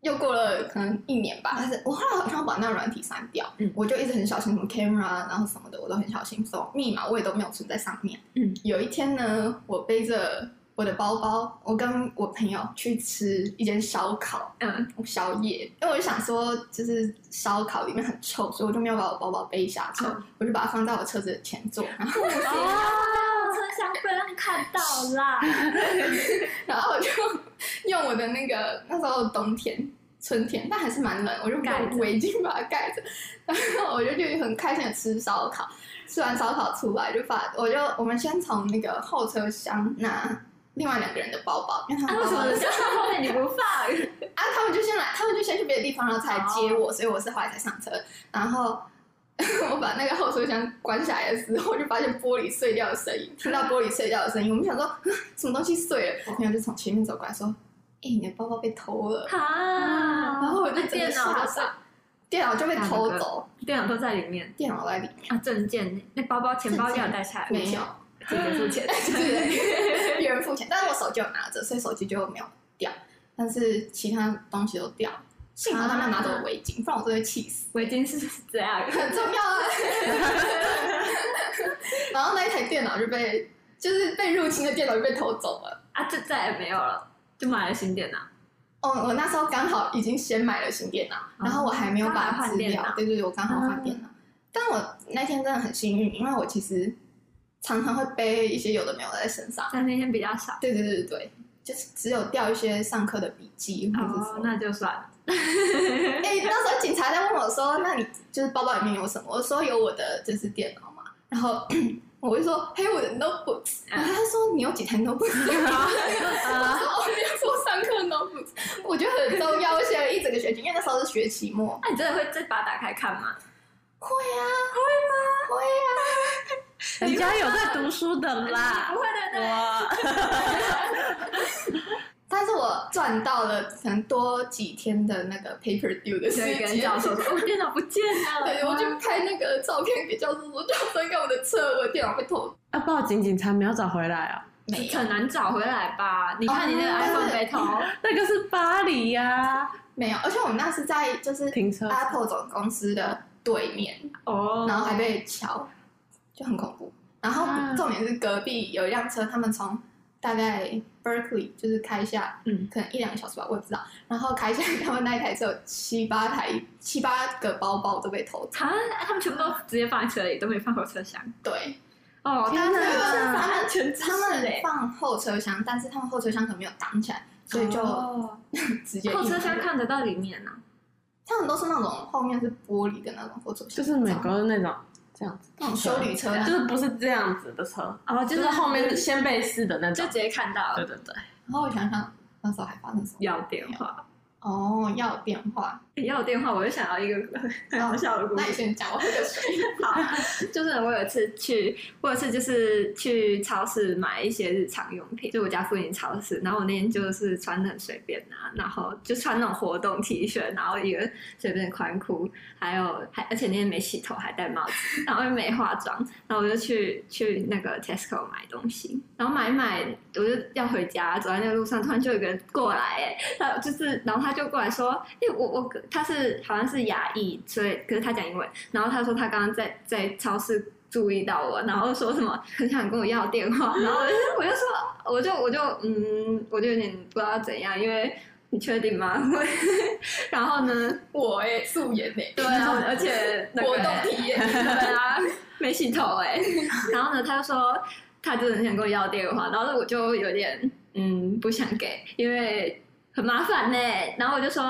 Speaker 3: 又过了可能一年吧，但是我后来好像把那软体删掉，
Speaker 1: 嗯
Speaker 3: 我就一直很小心，什么 camera 啊然后什么的我都很小心，所以密码我也都没有存在上面。
Speaker 1: 嗯，
Speaker 3: 有一天呢，我背着我的包包，我跟我朋友去吃一间烧烤
Speaker 1: 嗯，
Speaker 3: 宵夜，因为我就想说，就是烧烤里面很臭，所以我就没有把我包包背下车，
Speaker 1: 嗯
Speaker 3: 我就把它放在我车子的前座，然后
Speaker 1: 哦，车厢被让看到啦，
Speaker 3: 然后我就用我的那个那时候冬天、春天，但还是蛮冷，我就
Speaker 1: 盖
Speaker 3: 用
Speaker 1: 着
Speaker 3: 围巾把它盖着。然后我就去很开心的吃烧烤，吃完烧烤出来就把我就我们先从那个后车厢拿另外两个人的包包，因为他
Speaker 1: 啊，
Speaker 3: 们
Speaker 1: 为什
Speaker 3: 包包
Speaker 1: 么
Speaker 3: 都
Speaker 1: 车厢后面你不放？
Speaker 3: 啊，他们就先来，他们就先去别的地方，然后才接我，所以我是后来才上车。然后 我把那个后车厢关下来的时候，我就发现玻璃碎掉的声音，听到玻璃碎掉的声音，我们想说 哼什么东西碎了，我朋友就从前面走过来说：“哎、你的包包被偷了。”
Speaker 1: 啊，
Speaker 3: 然后我就整个
Speaker 1: 电脑
Speaker 3: 吓
Speaker 1: 都在
Speaker 3: 傻，电脑就被偷走，
Speaker 1: 电脑都在里面
Speaker 3: 电脑在里面
Speaker 1: 啊，证件那包包钱包要带下来，
Speaker 3: 没有，
Speaker 1: 自己付钱，
Speaker 3: 对，别人付钱，但是我手机有拿着，所以手机就没有掉，但是其他东西都掉了。幸好他没有拿走我围巾，不然我真的会气死。
Speaker 1: 围巾是这样，
Speaker 3: 很重要啊。 然后那一台电脑就被就是被入侵的电脑就被偷走了。
Speaker 1: 啊，就再也没有了，就买了新电脑。
Speaker 3: 哦，我那时候刚好已经先买了新电脑，然后我还没有
Speaker 1: 哦刚
Speaker 3: 把
Speaker 1: 好换
Speaker 3: 资料
Speaker 1: 电，脑啊
Speaker 3: 对对对，我刚好换电脑。但我那天真的很幸运，因为我其实常常会背一些有的没有的在身上。
Speaker 1: 但那天比较少。
Speaker 3: 对对对对对，就是只有掉一些上课的笔记或者是什
Speaker 1: 哦
Speaker 3: 么，。
Speaker 1: 那就算了。
Speaker 3: 哎、那时候警察在问我说：“那你就是包包里面有什么？”我说：“有我的就是电脑嘛。”然后 我就说：“还有我的 notebooks。”然后他说：“你有几台 notebooks？”
Speaker 1: 啊，
Speaker 3: 我没有说上课 notebooks，我觉得很重要。我写了一整个学期，因为那时候是学期末。
Speaker 1: 那你真的会再把它打开看吗？
Speaker 3: 会啊，会吗？会啊。
Speaker 2: 人家有在读书的啦
Speaker 1: 不。会的，对
Speaker 2: 我
Speaker 3: 但是我赚到了可能多几天的那个 paper due 的时
Speaker 1: 对，跟
Speaker 3: 间
Speaker 1: 教。授说，我电脑不见了。
Speaker 3: 对，我就拍那个照片给教授说，教授你看我的车，我的电脑被偷。
Speaker 2: 啊，报警，警察没有找回来啊、
Speaker 3: 没有，
Speaker 1: 很难找回来吧？你看你那个
Speaker 3: 哦
Speaker 1: iPhone 被偷，
Speaker 2: 那个是巴黎呀、
Speaker 3: 没有。而且我们那是在就是
Speaker 2: 停车。
Speaker 3: Apple 总公司的对面，
Speaker 1: 哦，
Speaker 3: 然后还被敲，就很恐怖。然后
Speaker 2: 啊
Speaker 3: 重点是隔壁有一辆车，他们从大概 Berkeley 就是开下，
Speaker 1: 嗯，
Speaker 3: 可能一两个小时吧，我也不知道。然后开下来他们那一台车有七八台、七八个包包都被偷走。
Speaker 1: 啊，他们全部都直接放在车里，都没放回车厢。
Speaker 3: 对，
Speaker 1: 哦，
Speaker 3: 但
Speaker 1: 天
Speaker 3: 是
Speaker 1: 哪！
Speaker 3: 他们
Speaker 1: 全欸
Speaker 3: 他们放后车厢，但是他们后车厢可能没有挡起来， 所以就
Speaker 1: 哦
Speaker 3: 直接
Speaker 1: 后车厢
Speaker 3: 硬开
Speaker 1: 看得到里面啊呢。
Speaker 3: 他们都是那种后面是玻璃的那种后车厢，
Speaker 2: 就是美国的那种这样子，
Speaker 3: 那种修理车，
Speaker 2: 就是不是这样子的车，
Speaker 1: 哦，
Speaker 2: 就
Speaker 1: 就是
Speaker 2: 后面是掀背式的那
Speaker 1: 就
Speaker 2: 种
Speaker 1: 直。接看到
Speaker 2: 对
Speaker 1: 了
Speaker 2: 对对，
Speaker 3: 然后我想想，那时候还发生什么？
Speaker 1: 要电话，
Speaker 3: 哦，要电话。
Speaker 1: 要电话，我就想要一个很好笑的故
Speaker 3: 哦那
Speaker 1: 事
Speaker 3: 你。先讲，我喝个 水。
Speaker 1: 就是我有一次去，我有一次就是去超市买一些日常用品，就我家附近超市。然后我那天就是穿的很随便啊，然后就穿那种活动 T 恤，然后一个随便的宽裤，还有还而且那天没洗头，还戴帽子，然后又没化妆，然后我就去去那个 Tesco 买东西，然后买一买，我就要回家，走在那个路上，突然就有一个人过来、哎，他就是，然后他就过来说，哎、我我他是好像是亚裔，所以可是他讲英文，然后他说他刚刚在在超市注意到我，然后说什么很想跟我要电话，然后 我就我就说我就我就嗯，我就有点不知道怎样，因为你确定吗？ 然后呢，
Speaker 3: 我哎、素颜哎、
Speaker 1: 对啊，而且那个哎
Speaker 3: 活动 体验。
Speaker 1: 对啊，没洗头 哎、然后呢，他就说他真的很想跟我要电话，然后我就有点嗯不想给，因为很麻烦呢、然后我就说，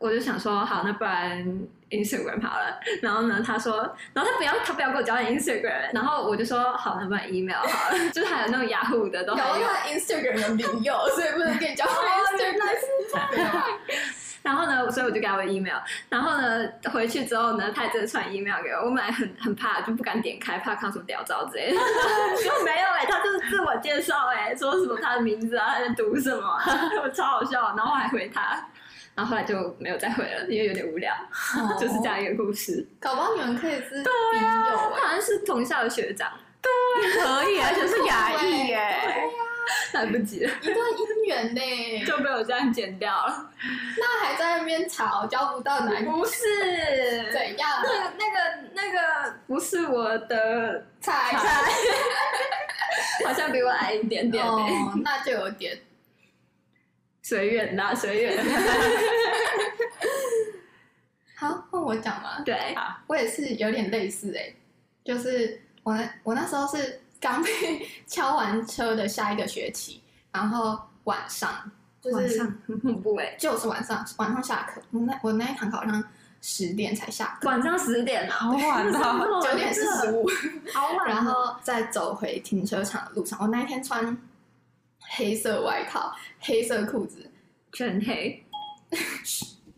Speaker 1: 我就想说好，那不然 Instagram 好了。然后呢，他说，然后他不要他不要给我交换 Instagram，然后我就说好，那不然 email 好了， 就是还有那种雅虎的都
Speaker 3: 然
Speaker 1: 还
Speaker 3: 后
Speaker 1: 有。啊哦
Speaker 3: 他 Instagram 有零用，所以不能跟你交换 Instagram。
Speaker 1: 然后呢，所以我就给他我的 email。然后呢，回去之后呢，他也真的传 email 给我。我本来很很怕，就不敢点开，怕看什么屌照之类的。 就没有哎、他就是自我介绍哎、说什么他的名字啊，他在读什么、啊， 我超好笑。然后我还回他，然后后来就没有再回了，因为有点无聊。 就是这样一啊个故事，
Speaker 3: 哦搞不好你们可以是笔友哎，
Speaker 1: 好像是同校的学长，
Speaker 2: 可 以，而且是牙医耶。
Speaker 1: 欸来不及了，
Speaker 3: 啊一段姻缘呢，
Speaker 1: 就被我这样剪掉了。
Speaker 3: 那还在那边吵交不到男
Speaker 1: 不是，
Speaker 3: 怎样
Speaker 1: 那？个那个那个不是我的
Speaker 3: 才
Speaker 1: 菜，好像比我矮一点点、欸。
Speaker 3: 哦，那就有点
Speaker 1: 随缘啦，随缘。
Speaker 3: 好，换我讲吗？
Speaker 1: 对，
Speaker 3: 我也是有点类似哎、就是我那我那时候是刚被敲完车的下一个学期，然后晚上就是
Speaker 1: 很恐怖哎、
Speaker 3: 就是晚上晚上下课，我那我那一堂课好像十点才下
Speaker 1: 晚上十点 了，
Speaker 2: 好晚哦，
Speaker 3: 课，九点四十五，
Speaker 1: 好晚哦。
Speaker 3: 然后再走回停车场的路上，我那一天穿黑色外套、黑色裤子
Speaker 1: 全黑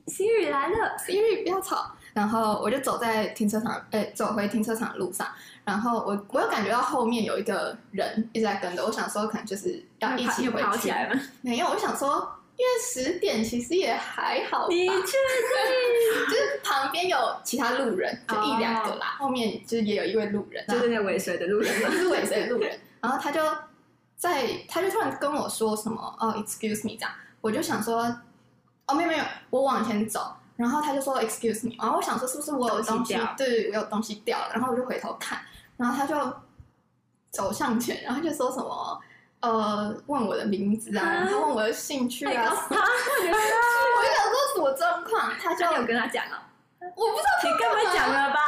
Speaker 1: ，Siri 来了，
Speaker 3: ，Siri 不要吵。然后我就走在停车场，哎、走回停车场的路上，然后我我有感觉到后面有一个人一直在跟着，我想说可能就是要一起
Speaker 1: 有
Speaker 3: 回
Speaker 1: 跑
Speaker 3: 去
Speaker 1: 起，来 吗？
Speaker 3: 没有，我想说。因为十点其实也还好吧，
Speaker 1: 你确定？
Speaker 3: 就是旁边有其他路人，就一两个
Speaker 1: 哦
Speaker 3: 啦。后面就是也有一位路人，然
Speaker 1: 就
Speaker 3: 后
Speaker 1: 是那个尾随的路人 吗？
Speaker 3: 是尾随路人，然后他就在，他就突然跟我说什么哦，excuse me 这样，我就想说，哦，没有没有，我往前走，然后他就说 excuse me，然后我想说是不是我有
Speaker 1: 东
Speaker 3: 东
Speaker 1: 西
Speaker 3: 西，
Speaker 1: 掉
Speaker 3: 对我有东西掉了，然后我就回头看，然后他就走向前，然后就说什么。呃，问我的名字啊，
Speaker 1: 啊
Speaker 3: 然后问我的兴趣啊，
Speaker 1: 哎
Speaker 3: 我就
Speaker 1: 告 诉
Speaker 3: 想
Speaker 1: 他，
Speaker 3: 说什么状况，他就
Speaker 1: 那你有跟他讲了？
Speaker 3: 我不知道，啊
Speaker 1: 你根本讲啊了吧？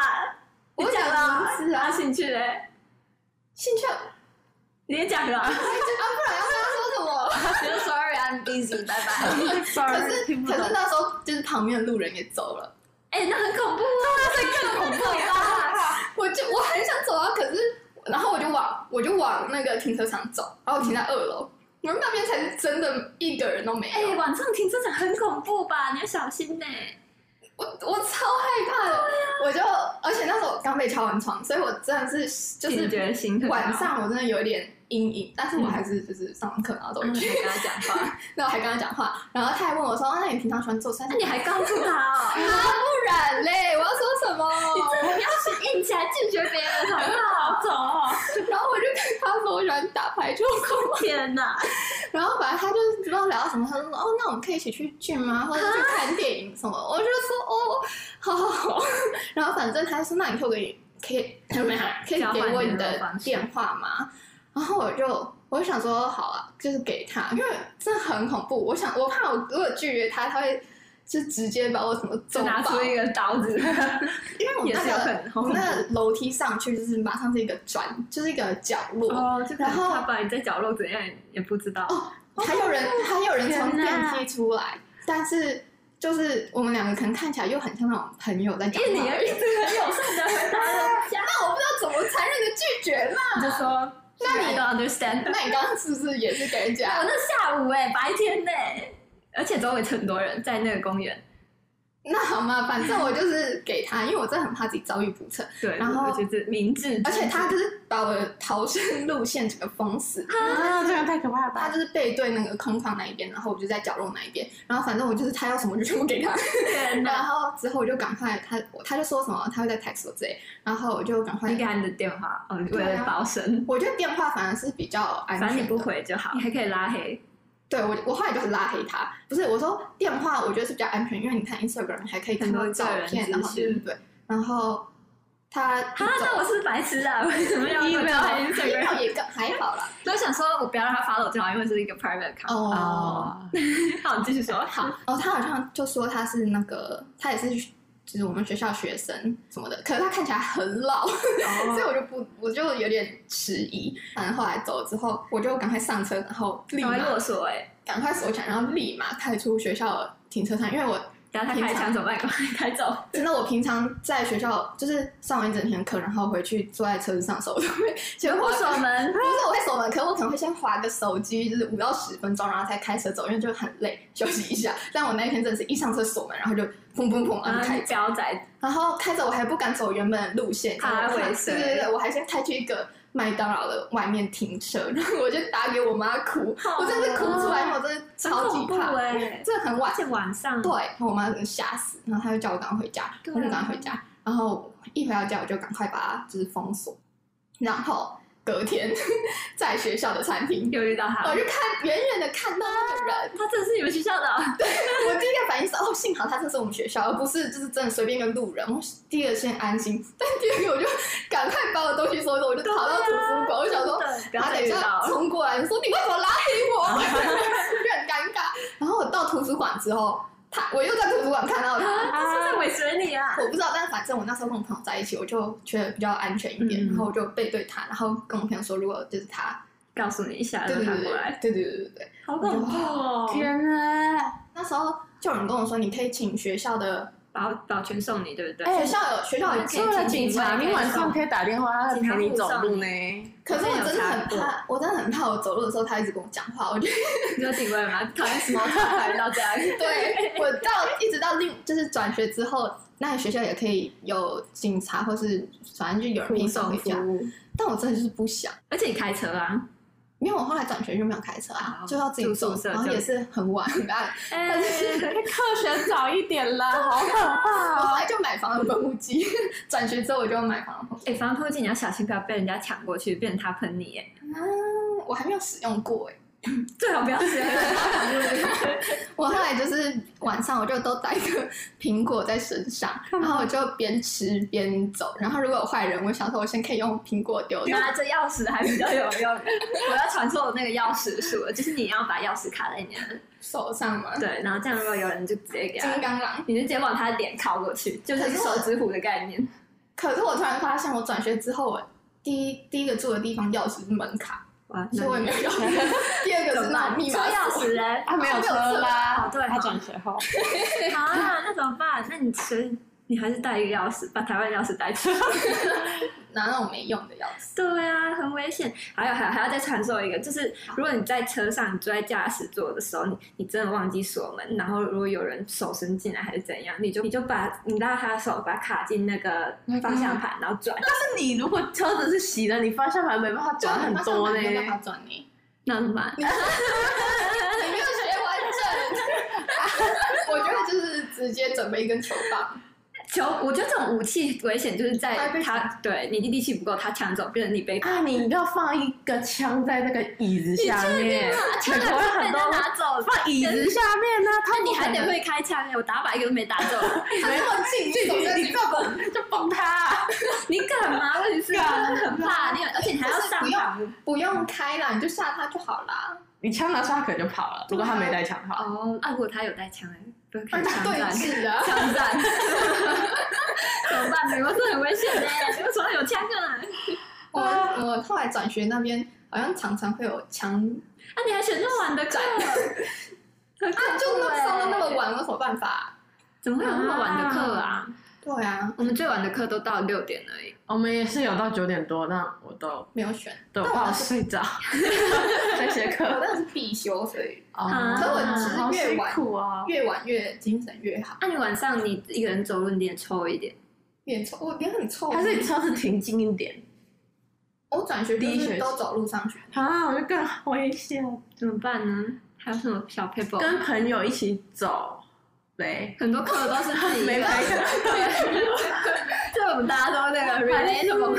Speaker 3: 我
Speaker 1: 你
Speaker 3: 讲
Speaker 1: 讲
Speaker 3: 了
Speaker 1: 了，
Speaker 3: 名字
Speaker 1: 他
Speaker 3: 啊，
Speaker 1: 兴趣嘞，
Speaker 3: 兴趣啊，
Speaker 1: 你也讲 了。
Speaker 3: 啊，不然要跟他说什么？
Speaker 1: 比如 Sorry，I'm busy，拜拜。
Speaker 2: 可
Speaker 3: 可是可是那时候就是旁边的路人也走了，
Speaker 1: 哎， 那很恐怖啊！这更恐怖吧？
Speaker 3: 我就我很想走啊，可是然后我就往我就往那个停车场走，然后我停在二楼，我们那边才是真的一个人都没
Speaker 1: 哎，
Speaker 3: 有，
Speaker 1: 晚上停车场很恐怖吧？你要小心呢。
Speaker 3: 我我超害怕的，我就而且那时候我刚被敲完床，所以我真的是就
Speaker 1: 警
Speaker 3: 是
Speaker 1: 觉心很高
Speaker 3: 晚，上我真的有点阴影，但是我还是就是上完课然后走
Speaker 1: 我
Speaker 3: 回
Speaker 1: 没
Speaker 3: 去，
Speaker 1: 跟他讲话，
Speaker 3: 然后还跟他讲话，然后他还问我说，啊那你平常喜欢做三
Speaker 1: 那你还告诉他哦。
Speaker 3: 啊，不然嘞，我要说什 么？
Speaker 1: 不要去硬起来拒绝别人，好不好？走哦！
Speaker 3: 然后我就跟他说我喜欢打排球，
Speaker 1: 天哪！
Speaker 3: 然后反正他就不知道聊到什么，他就说哦，那我们可以一起去 gym 吗？或者去看电影什么？我就说哦，好好好。然后反正他就说那你可不可以可以可以
Speaker 1: 交换
Speaker 3: 给我
Speaker 1: 联络
Speaker 3: 你的
Speaker 1: 方式
Speaker 3: 电话吗？然后我就我就想说好啊，就是给他，因为真的很恐怖。我想我怕我如果拒绝他，他会就直接把我什么
Speaker 1: 就
Speaker 3: 揍
Speaker 1: 拿
Speaker 3: 爆
Speaker 1: 出，一个刀 子，
Speaker 3: 因为我们
Speaker 1: 也是有可
Speaker 3: 那个
Speaker 1: 能哦好
Speaker 3: 我
Speaker 1: 恐怖
Speaker 3: 们那个楼梯上去就是马上是一个转，就是一个角落。
Speaker 1: 哦，就可能
Speaker 3: 然后
Speaker 1: 他把你在角落怎样也不知道。
Speaker 3: 还有人还有人从
Speaker 1: 天
Speaker 3: 电
Speaker 1: 哪
Speaker 3: 梯出来，哦但是就是我们两个可能看起来又很像那种朋友在讲话
Speaker 1: 因为你
Speaker 3: 而
Speaker 1: 一
Speaker 3: 已，
Speaker 1: 直很友善的回答人家，
Speaker 3: 那哎我不知道怎么残忍的拒绝嘛。
Speaker 1: 你就说，
Speaker 3: 那
Speaker 1: I
Speaker 3: 你
Speaker 1: don't understand。
Speaker 3: 那你刚刚是不是也是给人
Speaker 1: 我
Speaker 3: 家？
Speaker 1: 那下午哎，白天呢，而且周围很多人在那个公园，
Speaker 3: 那好嘛，反正我就是给他，因为我真的很怕自己遭遇不测，
Speaker 1: 对，
Speaker 3: 然
Speaker 1: 我
Speaker 3: 后
Speaker 1: 就是明智，
Speaker 3: 而且他就是把我的逃生路线整个封死。
Speaker 2: 啊，这样太可怕了吧？
Speaker 3: 他就是背对那个空旷那一边，然后我就在角落那一边，然后反正我就是他要什么我就全部 给他，
Speaker 1: 天
Speaker 3: 然
Speaker 1: 哪！
Speaker 3: 后之后我就赶快他他就说什么他会在 text 我之类，然后我就赶快
Speaker 1: 你给他你的电话，哦，为
Speaker 3: 哎对啊
Speaker 1: 了保身，
Speaker 3: 我觉得电话反而是比较安全的。
Speaker 1: 反正你不回就好，你还可以拉黑。
Speaker 3: 对我，我后来就是拉黑他。不是我说电话，我觉得是比较安全，因为你看 Instagram 还可以看到
Speaker 1: 很多
Speaker 3: 照
Speaker 1: 个人
Speaker 3: 片，
Speaker 1: 资
Speaker 3: 然后
Speaker 1: 讯
Speaker 3: 对对对，然后他
Speaker 1: 哈，那我是不是白痴啊？为什么要
Speaker 2: Email
Speaker 1: 还
Speaker 3: 还好也更还好啦。
Speaker 1: 都想说我不要让他 follow 就好，因为这是一个 private account。
Speaker 3: 哦，
Speaker 1: 好，你继续说。
Speaker 3: 好，哦，他好像就说他是那个，他也是就是我们学校学生什么的，可是他看起来很老， 所
Speaker 2: 哦
Speaker 3: 以我就不我就有点迟疑。反正后来走了之后，我就赶快上车，然后立
Speaker 1: 你
Speaker 3: 马
Speaker 1: 会啰嗦哎，
Speaker 3: 赶快锁起来，然后立马开出学校的停车场，因为我
Speaker 1: 然后他开枪怎么办？赶快开走。
Speaker 3: 真的，我平常在学校就是上完一整天课，然后回去坐在车子上的时候，我都会先
Speaker 1: 不
Speaker 3: 划
Speaker 1: 锁门
Speaker 3: 不，是我会守门，可我可能会先划个手机，就是五到十分钟，然后才开车走，因为就很累，休息一下。但我那一天真的是一上车锁门，然后就砰砰砰，然
Speaker 1: 然
Speaker 3: 后
Speaker 1: 后
Speaker 3: 就开
Speaker 1: 去
Speaker 3: 走，
Speaker 1: 飙仔，
Speaker 3: 然后开着我还不敢走原本的路线，
Speaker 1: 啊怕
Speaker 3: 然后我还
Speaker 1: 会死
Speaker 3: 对对对，我还先开去一个麦当劳的外面停车，然后我就打给我妈哭，
Speaker 1: 啊
Speaker 3: 我真的是哭出来，因为我真的超级
Speaker 1: 恐怖
Speaker 3: 怕，
Speaker 1: 哎！
Speaker 3: 这很晚
Speaker 1: 而，且晚上，
Speaker 3: 对，然后我妈真的吓死，然后她就叫我赶快回家，
Speaker 1: 对啊
Speaker 3: 我就赶快回家，然后一回到家我就赶快把它就是封锁，然后隔天 在学校的餐厅，
Speaker 1: 又遇到他
Speaker 3: 我，就看远远的看到那个人，
Speaker 1: 他真的是你们学校的哦，
Speaker 3: 我第一个反应是哦，幸好他这是我们学校，而不是就是真的随便一个路人。我第一个先安心，但第二个我就赶快把我东西收一收，我就逃到图书馆，我想说。
Speaker 1: 对，啊不要
Speaker 3: 他
Speaker 1: 再
Speaker 3: 等一
Speaker 1: 遇到
Speaker 3: 下
Speaker 1: 了。
Speaker 3: 冲过来，你说你为什么拉黑我？我 就很尴尬。然后我到图书馆之后，他我又在图书馆看到他，
Speaker 1: 啊，他是不是在尾随你啊？
Speaker 3: 我不知道，但反正我那时候跟我朋友在一起，我就觉得比较安全一点，
Speaker 1: 嗯
Speaker 3: 然后我就背对他，然后跟我朋友说，如果就是他，
Speaker 1: 告诉你一下，
Speaker 3: 对
Speaker 1: 让
Speaker 3: 对
Speaker 1: 他
Speaker 3: 对
Speaker 1: 过来，
Speaker 3: 对对对对对。
Speaker 1: 好恐怖哦！
Speaker 2: 天啊！
Speaker 3: 那时候就有人跟我说，你可以请学校的
Speaker 1: 保保全送你，对不对？
Speaker 3: 学校有学校有可
Speaker 2: 为了
Speaker 3: 以
Speaker 2: 警
Speaker 3: 请
Speaker 2: 察，
Speaker 3: 警
Speaker 2: 你
Speaker 3: 卫
Speaker 2: 晚上可以打电话，他会陪你走路呢。
Speaker 3: 可是我真的很
Speaker 1: 我有查
Speaker 3: 怕，我真的很怕，我走路的时候他一直跟我讲话，我就
Speaker 1: 你有警卫吗？讨厌什么才遇到这样？
Speaker 3: 对我到一直到另就是转学之后，那个学校也可以有警察或是反正就有人陪
Speaker 1: 护
Speaker 3: 你送
Speaker 1: 送
Speaker 3: 回
Speaker 1: 服
Speaker 3: 家，
Speaker 1: 务，
Speaker 3: 但我真的就是不想。
Speaker 1: 而且你开车啊？
Speaker 3: 因为我后来转学就没有开车啊
Speaker 1: 哦，
Speaker 3: 就要自己
Speaker 1: 住宿
Speaker 3: 走，
Speaker 1: 舍
Speaker 3: 然后
Speaker 1: 就
Speaker 3: 也是 很晚很暗，
Speaker 1: 哎，
Speaker 2: 课选早一点啦，好可
Speaker 3: 我
Speaker 2: 怕
Speaker 3: 后
Speaker 2: 哦！
Speaker 3: 来就买房的防护机， 转学之后我就买房的防护
Speaker 1: 哎，防偷镜你要小心，不要被人家抢过去，变成他喷你。哎，
Speaker 3: 啊，我还没有使用过哎、
Speaker 1: 最好不要使用。
Speaker 3: 我后来就是晚上我就都带一个苹果在身上，然后我就边吃边走。然后如果有坏人，我想说我先可以用苹果丢掉。
Speaker 1: 拿着钥匙还比较有用。我要传授那个钥匙术了，就是你要把钥匙卡在你的
Speaker 3: 手上嘛。
Speaker 1: 对，啊然后这样如果有人就直接给他
Speaker 3: 金，刚狼。
Speaker 1: 你就直接往他的脸靠过去，就是手指虎的概念。
Speaker 3: 可是我突然发现，我转学之后，我第一第一个住的地方钥匙是门卡，
Speaker 1: 哇，
Speaker 3: 所以我也
Speaker 1: 那
Speaker 3: 没有钥匙。第二个
Speaker 1: 怎
Speaker 3: 是
Speaker 1: 么
Speaker 3: 那
Speaker 1: 办？
Speaker 3: 种密
Speaker 1: 车
Speaker 3: 码
Speaker 1: 钥
Speaker 3: 锁。
Speaker 1: 匙嘞？
Speaker 2: 他没有车啦
Speaker 1: 哦，对
Speaker 2: 他转学后，
Speaker 1: 好啊，那怎么办？那你所以你还是带一个钥匙，把台湾钥匙带去。
Speaker 3: 拿那种没用的钥 匙。
Speaker 1: 对啊，很危险。还有还有还要再传授一个，就是如果你在车上，你坐在驾驶座的时候，你你真的忘记锁门，然后如果有人手伸进来还是怎样，你就你就把你拉他的手，把他卡进那个方向盘，然后 转，
Speaker 2: 但是你如果车子是洗的，你方向盘没办法转很多呢。
Speaker 3: 没办法转呢。
Speaker 1: 那怎么办？
Speaker 3: 你没有学完整。 我觉得就是直接准备一根球棒，
Speaker 1: 球，我觉得这种武器危险就是在
Speaker 3: 他被
Speaker 1: 他对你力气不够，他抢走，变成你被卡。
Speaker 2: 啊，你要放一个枪在那个椅子下 面，
Speaker 1: 枪
Speaker 2: 美国
Speaker 1: 被
Speaker 2: 人很
Speaker 1: 啊他
Speaker 2: 多
Speaker 1: 拿走了，
Speaker 2: 放椅子下面呢，他
Speaker 1: 那你还得
Speaker 2: 会
Speaker 1: 会开枪哎！我打靶一个都没打 中，
Speaker 3: 他那么近，这种
Speaker 2: 你
Speaker 3: 根本
Speaker 2: 就崩他，
Speaker 1: 你敢吗？问题是
Speaker 2: 敢
Speaker 1: 很怕你，而且你还要
Speaker 3: 就是
Speaker 1: 上
Speaker 3: 不
Speaker 1: 场
Speaker 3: 用不用开啦，你就吓他就好啦。
Speaker 2: 你枪拿出来他可能就跑了，如果他没带枪的话。
Speaker 1: 哦。啊，如果他有带枪哎，不要开枪
Speaker 3: 对
Speaker 1: 战，
Speaker 3: 峙 啊，
Speaker 1: 枪战怎么办？美国是很危险的，欸你为什么有枪啊？
Speaker 3: 我我后来转学那边好像常常会有枪，啊，
Speaker 1: 啊，你还选那么 晚的课？很恐
Speaker 3: 就
Speaker 1: 怖
Speaker 3: 那
Speaker 1: 哎
Speaker 3: 上到那么，晚，有什么办法？
Speaker 1: 怎么会有那么晚的课啊？
Speaker 3: 对啊，
Speaker 1: 我们最晚的课都到六点而已。
Speaker 2: 我们也是有到九点多，但我都
Speaker 3: 没有选，
Speaker 2: 都怕我睡着，这些
Speaker 3: 我
Speaker 2: 课。
Speaker 3: 那是必修，所以
Speaker 2: 哦
Speaker 1: 可我
Speaker 3: 其实越晚
Speaker 2: 好辛苦啊，
Speaker 3: 越晚越精神越好，
Speaker 1: 啊那、你晚上你一个人走路，你也抽一点，
Speaker 3: 越臭，我脸很臭。
Speaker 2: 还是你车子停近一点
Speaker 3: 我转学就
Speaker 2: 第一学
Speaker 3: 是
Speaker 2: 期
Speaker 3: 都走路上学，
Speaker 2: 啊，我就更危险。
Speaker 1: 怎么办呢？还有什么小 paper？
Speaker 2: 跟朋友一起走呗，
Speaker 1: 很多课都是自 己一个
Speaker 2: 没
Speaker 1: 人
Speaker 2: 朋友。
Speaker 1: 这我们大家都那个 relatable。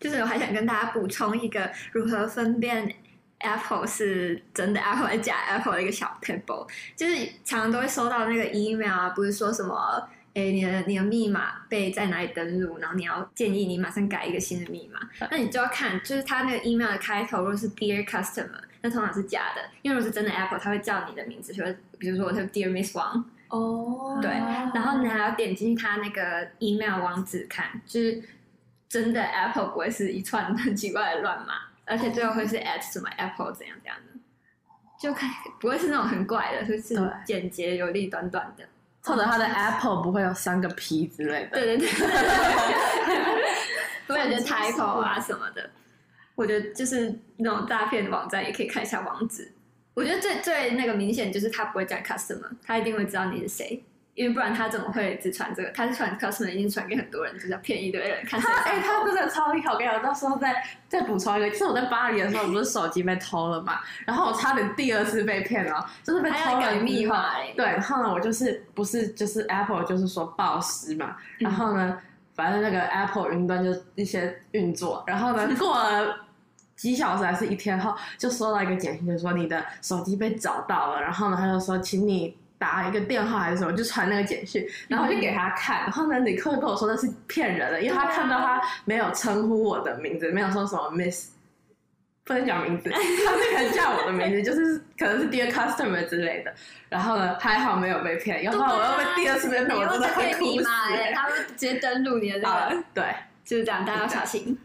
Speaker 1: 就是我还想跟大家补充一个如何分辨 Apple 是真的 Apple 还是假 Apple 的一个小 paper，就是常常都会收到那个 email 啊，不是说什么。诶，你的你的密码被在哪里登录？然后你要建议你马上改一个新的密码。那你就要看，就是它那个 email 的开头，如果是 Dear Customer，那通常是假的，因为如果是真的 Apple，它会叫你的名字，比如说比如说我是 Dear Miss Wang，
Speaker 3: 哦
Speaker 1: 对然后你还要点进他那个 email 网址看，就是真的 Apple 不会是一串很奇怪的乱码，而且最后会是 at 什么 Apple 怎样怎样的，就看不会是那种很怪的，就是
Speaker 2: 对
Speaker 1: 简洁有力、短短的。
Speaker 2: 或者它的 Apple 不会有三个 P 之 类的。
Speaker 1: 对对对，我感觉台口啊什么的，我觉得就是那种诈骗网站也可以看一下网址。我觉得最最那个明显就是他不会讲 customer，他一定会知道你是谁，因为不然他怎么会只传这个？他是传 customer，已经传给很多人，就是要骗一堆人看谁
Speaker 2: 他哎、
Speaker 1: 上
Speaker 2: 他
Speaker 1: 头。
Speaker 2: 真的超厉害！我跟你讲，我到时候再再补充一个，就是我在巴黎的时候，我不是手机被偷了嘛，然后我差点第二次被骗了，就是被
Speaker 1: 还
Speaker 2: 偷
Speaker 1: 要
Speaker 2: 了
Speaker 1: 改密
Speaker 2: 之后
Speaker 1: 码哎，
Speaker 2: 对，然后呢，我就是不是就是 Apple 就是说暴食嘛，然后呢，反正那个 Apple 云端就一些运作，然后呢，过了几小时还是一天后，就收到一个简讯，就说你的手机被找到了，然后呢，他就说请你。打一个电话还是什么，就传那个简讯，然后我就给他看，然后呢，李克就跟我说那是骗人的，因为他看到他没有称呼我的名字，没有说什么 Miss，不能讲名字，他那个人叫我的名字，就是可能是 Dear Customer 之类的，然后呢，还好没有被骗，要不然我要被第二次被骗，
Speaker 1: 啊你
Speaker 2: 哎
Speaker 1: 又
Speaker 2: 我真的
Speaker 1: 在
Speaker 2: 很
Speaker 1: 骗
Speaker 2: 苦
Speaker 1: 密
Speaker 2: 死
Speaker 1: 码哎，
Speaker 2: 欸。
Speaker 1: 他会直接登录你的啊
Speaker 2: 好
Speaker 1: 那个
Speaker 2: 了，，对，
Speaker 1: 就是这样，大家要小心。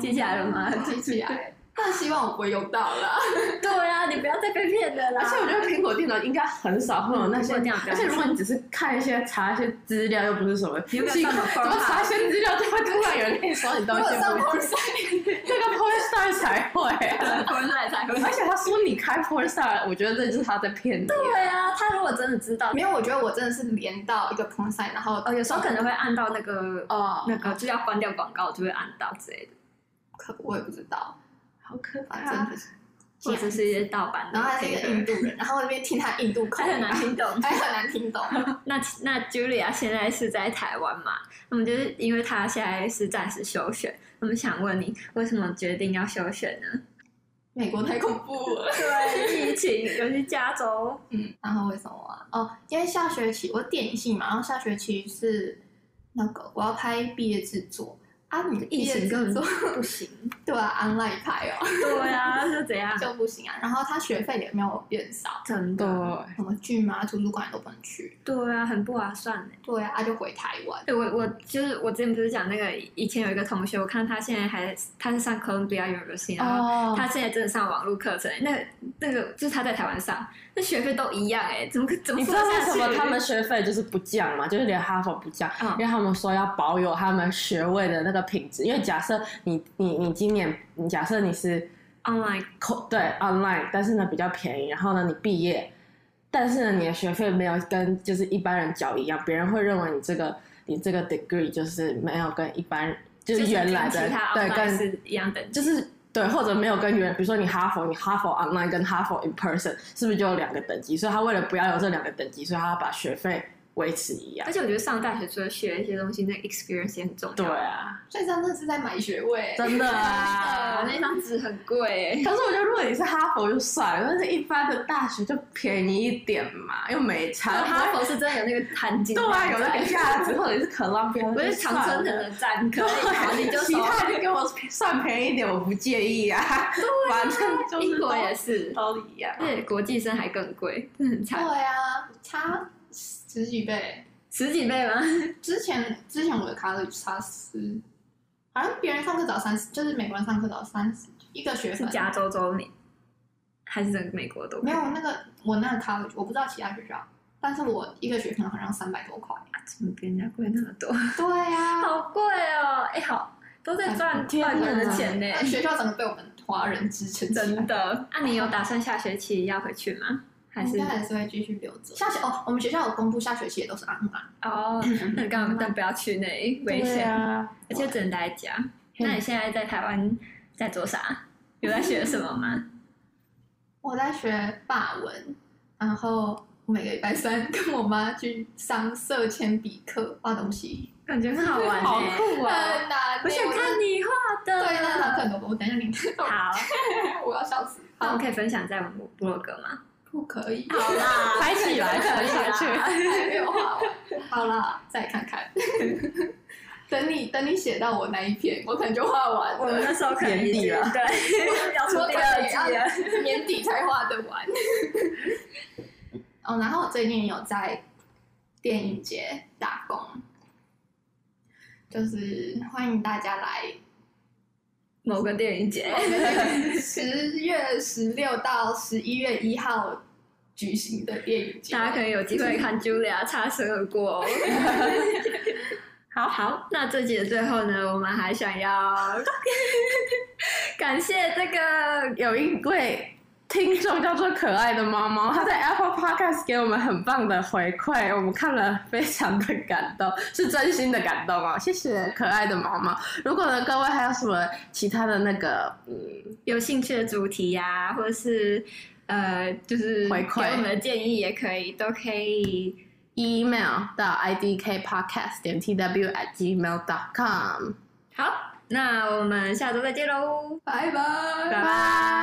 Speaker 1: 记起来了吗
Speaker 3: 记起来，但希望我不会用到啦。
Speaker 1: 对啊，你不要再被骗了啦
Speaker 2: 而且我觉得苹果电脑应该很少会有那些，
Speaker 1: 嗯苹果电脑比较
Speaker 2: 而且 如果你只是看一些查一些资料，又不是什么
Speaker 1: 你
Speaker 2: 信，
Speaker 1: 有没有
Speaker 2: 怎
Speaker 1: 上
Speaker 2: 么
Speaker 1: 过 Pornhub？
Speaker 2: 查一些资料就会突然有人跟你说你东
Speaker 3: 如
Speaker 2: 西
Speaker 3: 果上
Speaker 2: 不
Speaker 3: 红
Speaker 2: 对，
Speaker 3: 山，
Speaker 2: 这个 Pornstar 才 会啊。
Speaker 1: 我们来才会
Speaker 2: 而且他说你开 Pornstar，我觉得这就是他在骗你。
Speaker 1: 对啊，他如果真的知道，
Speaker 3: 没有，我觉得我真的是连到一个 p o 然后哦
Speaker 1: 呃，有时候可能会按到那个、
Speaker 2: 哦
Speaker 1: 那个，就是要关掉广告，就会按到之类的，
Speaker 3: 可我也不知道，
Speaker 2: 好可
Speaker 3: 反正就是这
Speaker 1: 或
Speaker 3: 样
Speaker 1: 者啊是一些盗版的
Speaker 3: 然后他是一个印
Speaker 1: 那个，
Speaker 3: 度人，然后我那边听他印度口
Speaker 1: 还
Speaker 3: 音，
Speaker 1: 很难听懂。
Speaker 3: 还很 难听懂。
Speaker 1: 那那 Julia 现在是在台湾嘛？那么就是因为她现在是暂时休学，那么想问你，为什么决定要休学呢？
Speaker 3: 美国太恐怖了。
Speaker 1: 对， 疫情，尤其加州，
Speaker 3: 嗯，然后为什么啊？哦，因为下学期我电影系嘛，然后下学期是那个我要拍毕业制作啊，你的毕
Speaker 1: 疫
Speaker 3: 业
Speaker 1: 情
Speaker 3: 制
Speaker 1: 根
Speaker 3: 作
Speaker 1: 本不行。
Speaker 3: 对啊，online 拍哦
Speaker 1: 对啊，是怎样？
Speaker 3: 就不行啊。然后他学费也没有变少，
Speaker 1: 真
Speaker 2: 对，哦
Speaker 1: 的，
Speaker 3: 什么剧嘛、图书馆都不能去。
Speaker 1: 对啊，很不划算呢。
Speaker 3: 对啊，啊就回台湾。
Speaker 1: 对，我我就是我之前不是讲那个以前有一个同学，我看他现在还他是上哥伦比亚 University，然后
Speaker 2: 哦
Speaker 1: 他现在真的上网络课程，那个那个就是他在台湾上，那学费都一样哎、怎么可怎么
Speaker 2: 你知道
Speaker 1: 说
Speaker 2: 为
Speaker 1: 得下
Speaker 2: 什
Speaker 1: 去
Speaker 2: 么他们学费就是不降嘛？就是连哈佛不降，
Speaker 1: 嗯
Speaker 2: 因为他们说要保有他们学位的那个品质。因为假设你你你今年，你假设你是
Speaker 1: online
Speaker 2: 口对 online，但是呢比较便宜，然后呢你毕业，但是呢你的学费没有跟就是一般人缴一样，别人会认为你这个你这个 degree 就是没有跟一般人就是原来的
Speaker 1: 跟其他
Speaker 2: 对
Speaker 1: online
Speaker 2: 跟
Speaker 1: 是一样等级，
Speaker 2: 就是对，或者没有跟原，比如说你哈佛，你哈佛 online 跟哈佛 in person 是不是就有两个等级？所以他为了不要有这两个等级，所以他要把学费维持一样
Speaker 1: 而。且我觉得上大学除了学一些东西，那个 experience 也很重要。
Speaker 2: 对啊，
Speaker 3: 所以这样真的是在买学位，
Speaker 2: 真的
Speaker 1: 啊
Speaker 2: 啊。
Speaker 1: 那张纸很贵、 欸，
Speaker 2: 可是我觉得，如果你是哈佛就算了，但是一般的大学就便宜一点嘛，又没差。
Speaker 1: 哈佛是真的有那个含金
Speaker 2: 对
Speaker 1: 量
Speaker 2: 啊，有那
Speaker 1: 在
Speaker 2: 个价值，或者是可浪费。
Speaker 1: 我觉得长春
Speaker 2: 的
Speaker 1: 藤的站可
Speaker 2: 对啊
Speaker 1: 以，然后你就
Speaker 2: 其
Speaker 1: 说
Speaker 2: 他就给我算便宜一点，我不介意啊。反正就是
Speaker 1: 英国也是，
Speaker 2: 都一样。
Speaker 1: 而且国际生还更贵，真的很
Speaker 3: 对
Speaker 1: 惨，
Speaker 3: 啊，差十几倍。
Speaker 1: 十几倍吗？
Speaker 3: 之前之前我的 college 差十，好像别人上课早三十，就是美国人上课早三十，一个学
Speaker 1: 是
Speaker 3: 分。
Speaker 1: 加州州民，还是整个美国都
Speaker 3: 没有那个我那个 college，我不知道其他学校，但是我一个学分好像三百 多块。
Speaker 1: 怎么比人家贵那么多？
Speaker 3: 对 啊，
Speaker 1: 好贵哦！哎、好，都在赚
Speaker 2: 天
Speaker 1: 外国人的
Speaker 2: 哪
Speaker 1: 啊钱呢、
Speaker 3: 那学校整个被我们华人支撑起
Speaker 1: 真
Speaker 3: 来。
Speaker 1: 的。啊那、你有打算下学期要回去吗？还
Speaker 3: 应
Speaker 1: 是
Speaker 3: 该还是会继续留着。下学哦，我们学校有公布下学期也都是 online。
Speaker 1: 哦，那你干嘛？但不要去那里危
Speaker 2: 对
Speaker 1: 险，
Speaker 2: 啊。
Speaker 1: 而且只能待在家。那你现在在台湾在做啥？有在学什么吗？
Speaker 3: 我在学法文，然后我每个礼拜三 跟我妈去上色铅笔课，画东西，
Speaker 1: 感觉很好玩、欸，
Speaker 2: 好酷啊！
Speaker 3: 很难。欸
Speaker 1: 我想看。啊你画的。
Speaker 3: 对，那堂课很多，我等一下 你看到，
Speaker 1: 好，
Speaker 3: 我要笑死。
Speaker 1: 那我
Speaker 3: 好，
Speaker 1: 可以分享在我们部落格吗？
Speaker 3: 不可以，
Speaker 1: 好啦
Speaker 2: 拍啊起来拍起来
Speaker 3: 还没有画完。好啦，再看看。 等你等你写到我那一篇，我可能就画完
Speaker 1: 我们
Speaker 3: 了。
Speaker 1: 那时候可能已经
Speaker 2: 年底了
Speaker 1: 对，要出
Speaker 3: 我
Speaker 1: 第二季了。
Speaker 3: 可能要年底才画得完。哦，然后我最近有在电影节打工，就是欢迎大家来
Speaker 1: 某个电影节，
Speaker 3: 十月十六到十一月一号举行的电影节。
Speaker 1: 大家可以有机会看 Julia 擦身而过 哦。好好，那这集的最后呢，我们还想要 感谢这个
Speaker 2: 有一位听众叫做可爱的猫猫，他在 Apple Podcast 给我们很棒的回馈，我们看了非常的感动，是真心的感动哦，谢谢可爱的猫猫。如果呢各位还有什么其他的那个嗯
Speaker 1: 有兴趣的主题呀、或者是呃，就是
Speaker 2: 回馈
Speaker 1: 给我们的建议也可以，都可以。
Speaker 2: email 到 idkpodcast 点 tw at gmail dot com，
Speaker 1: 好，那我们下周再见喽，
Speaker 3: 拜拜，
Speaker 1: 拜拜。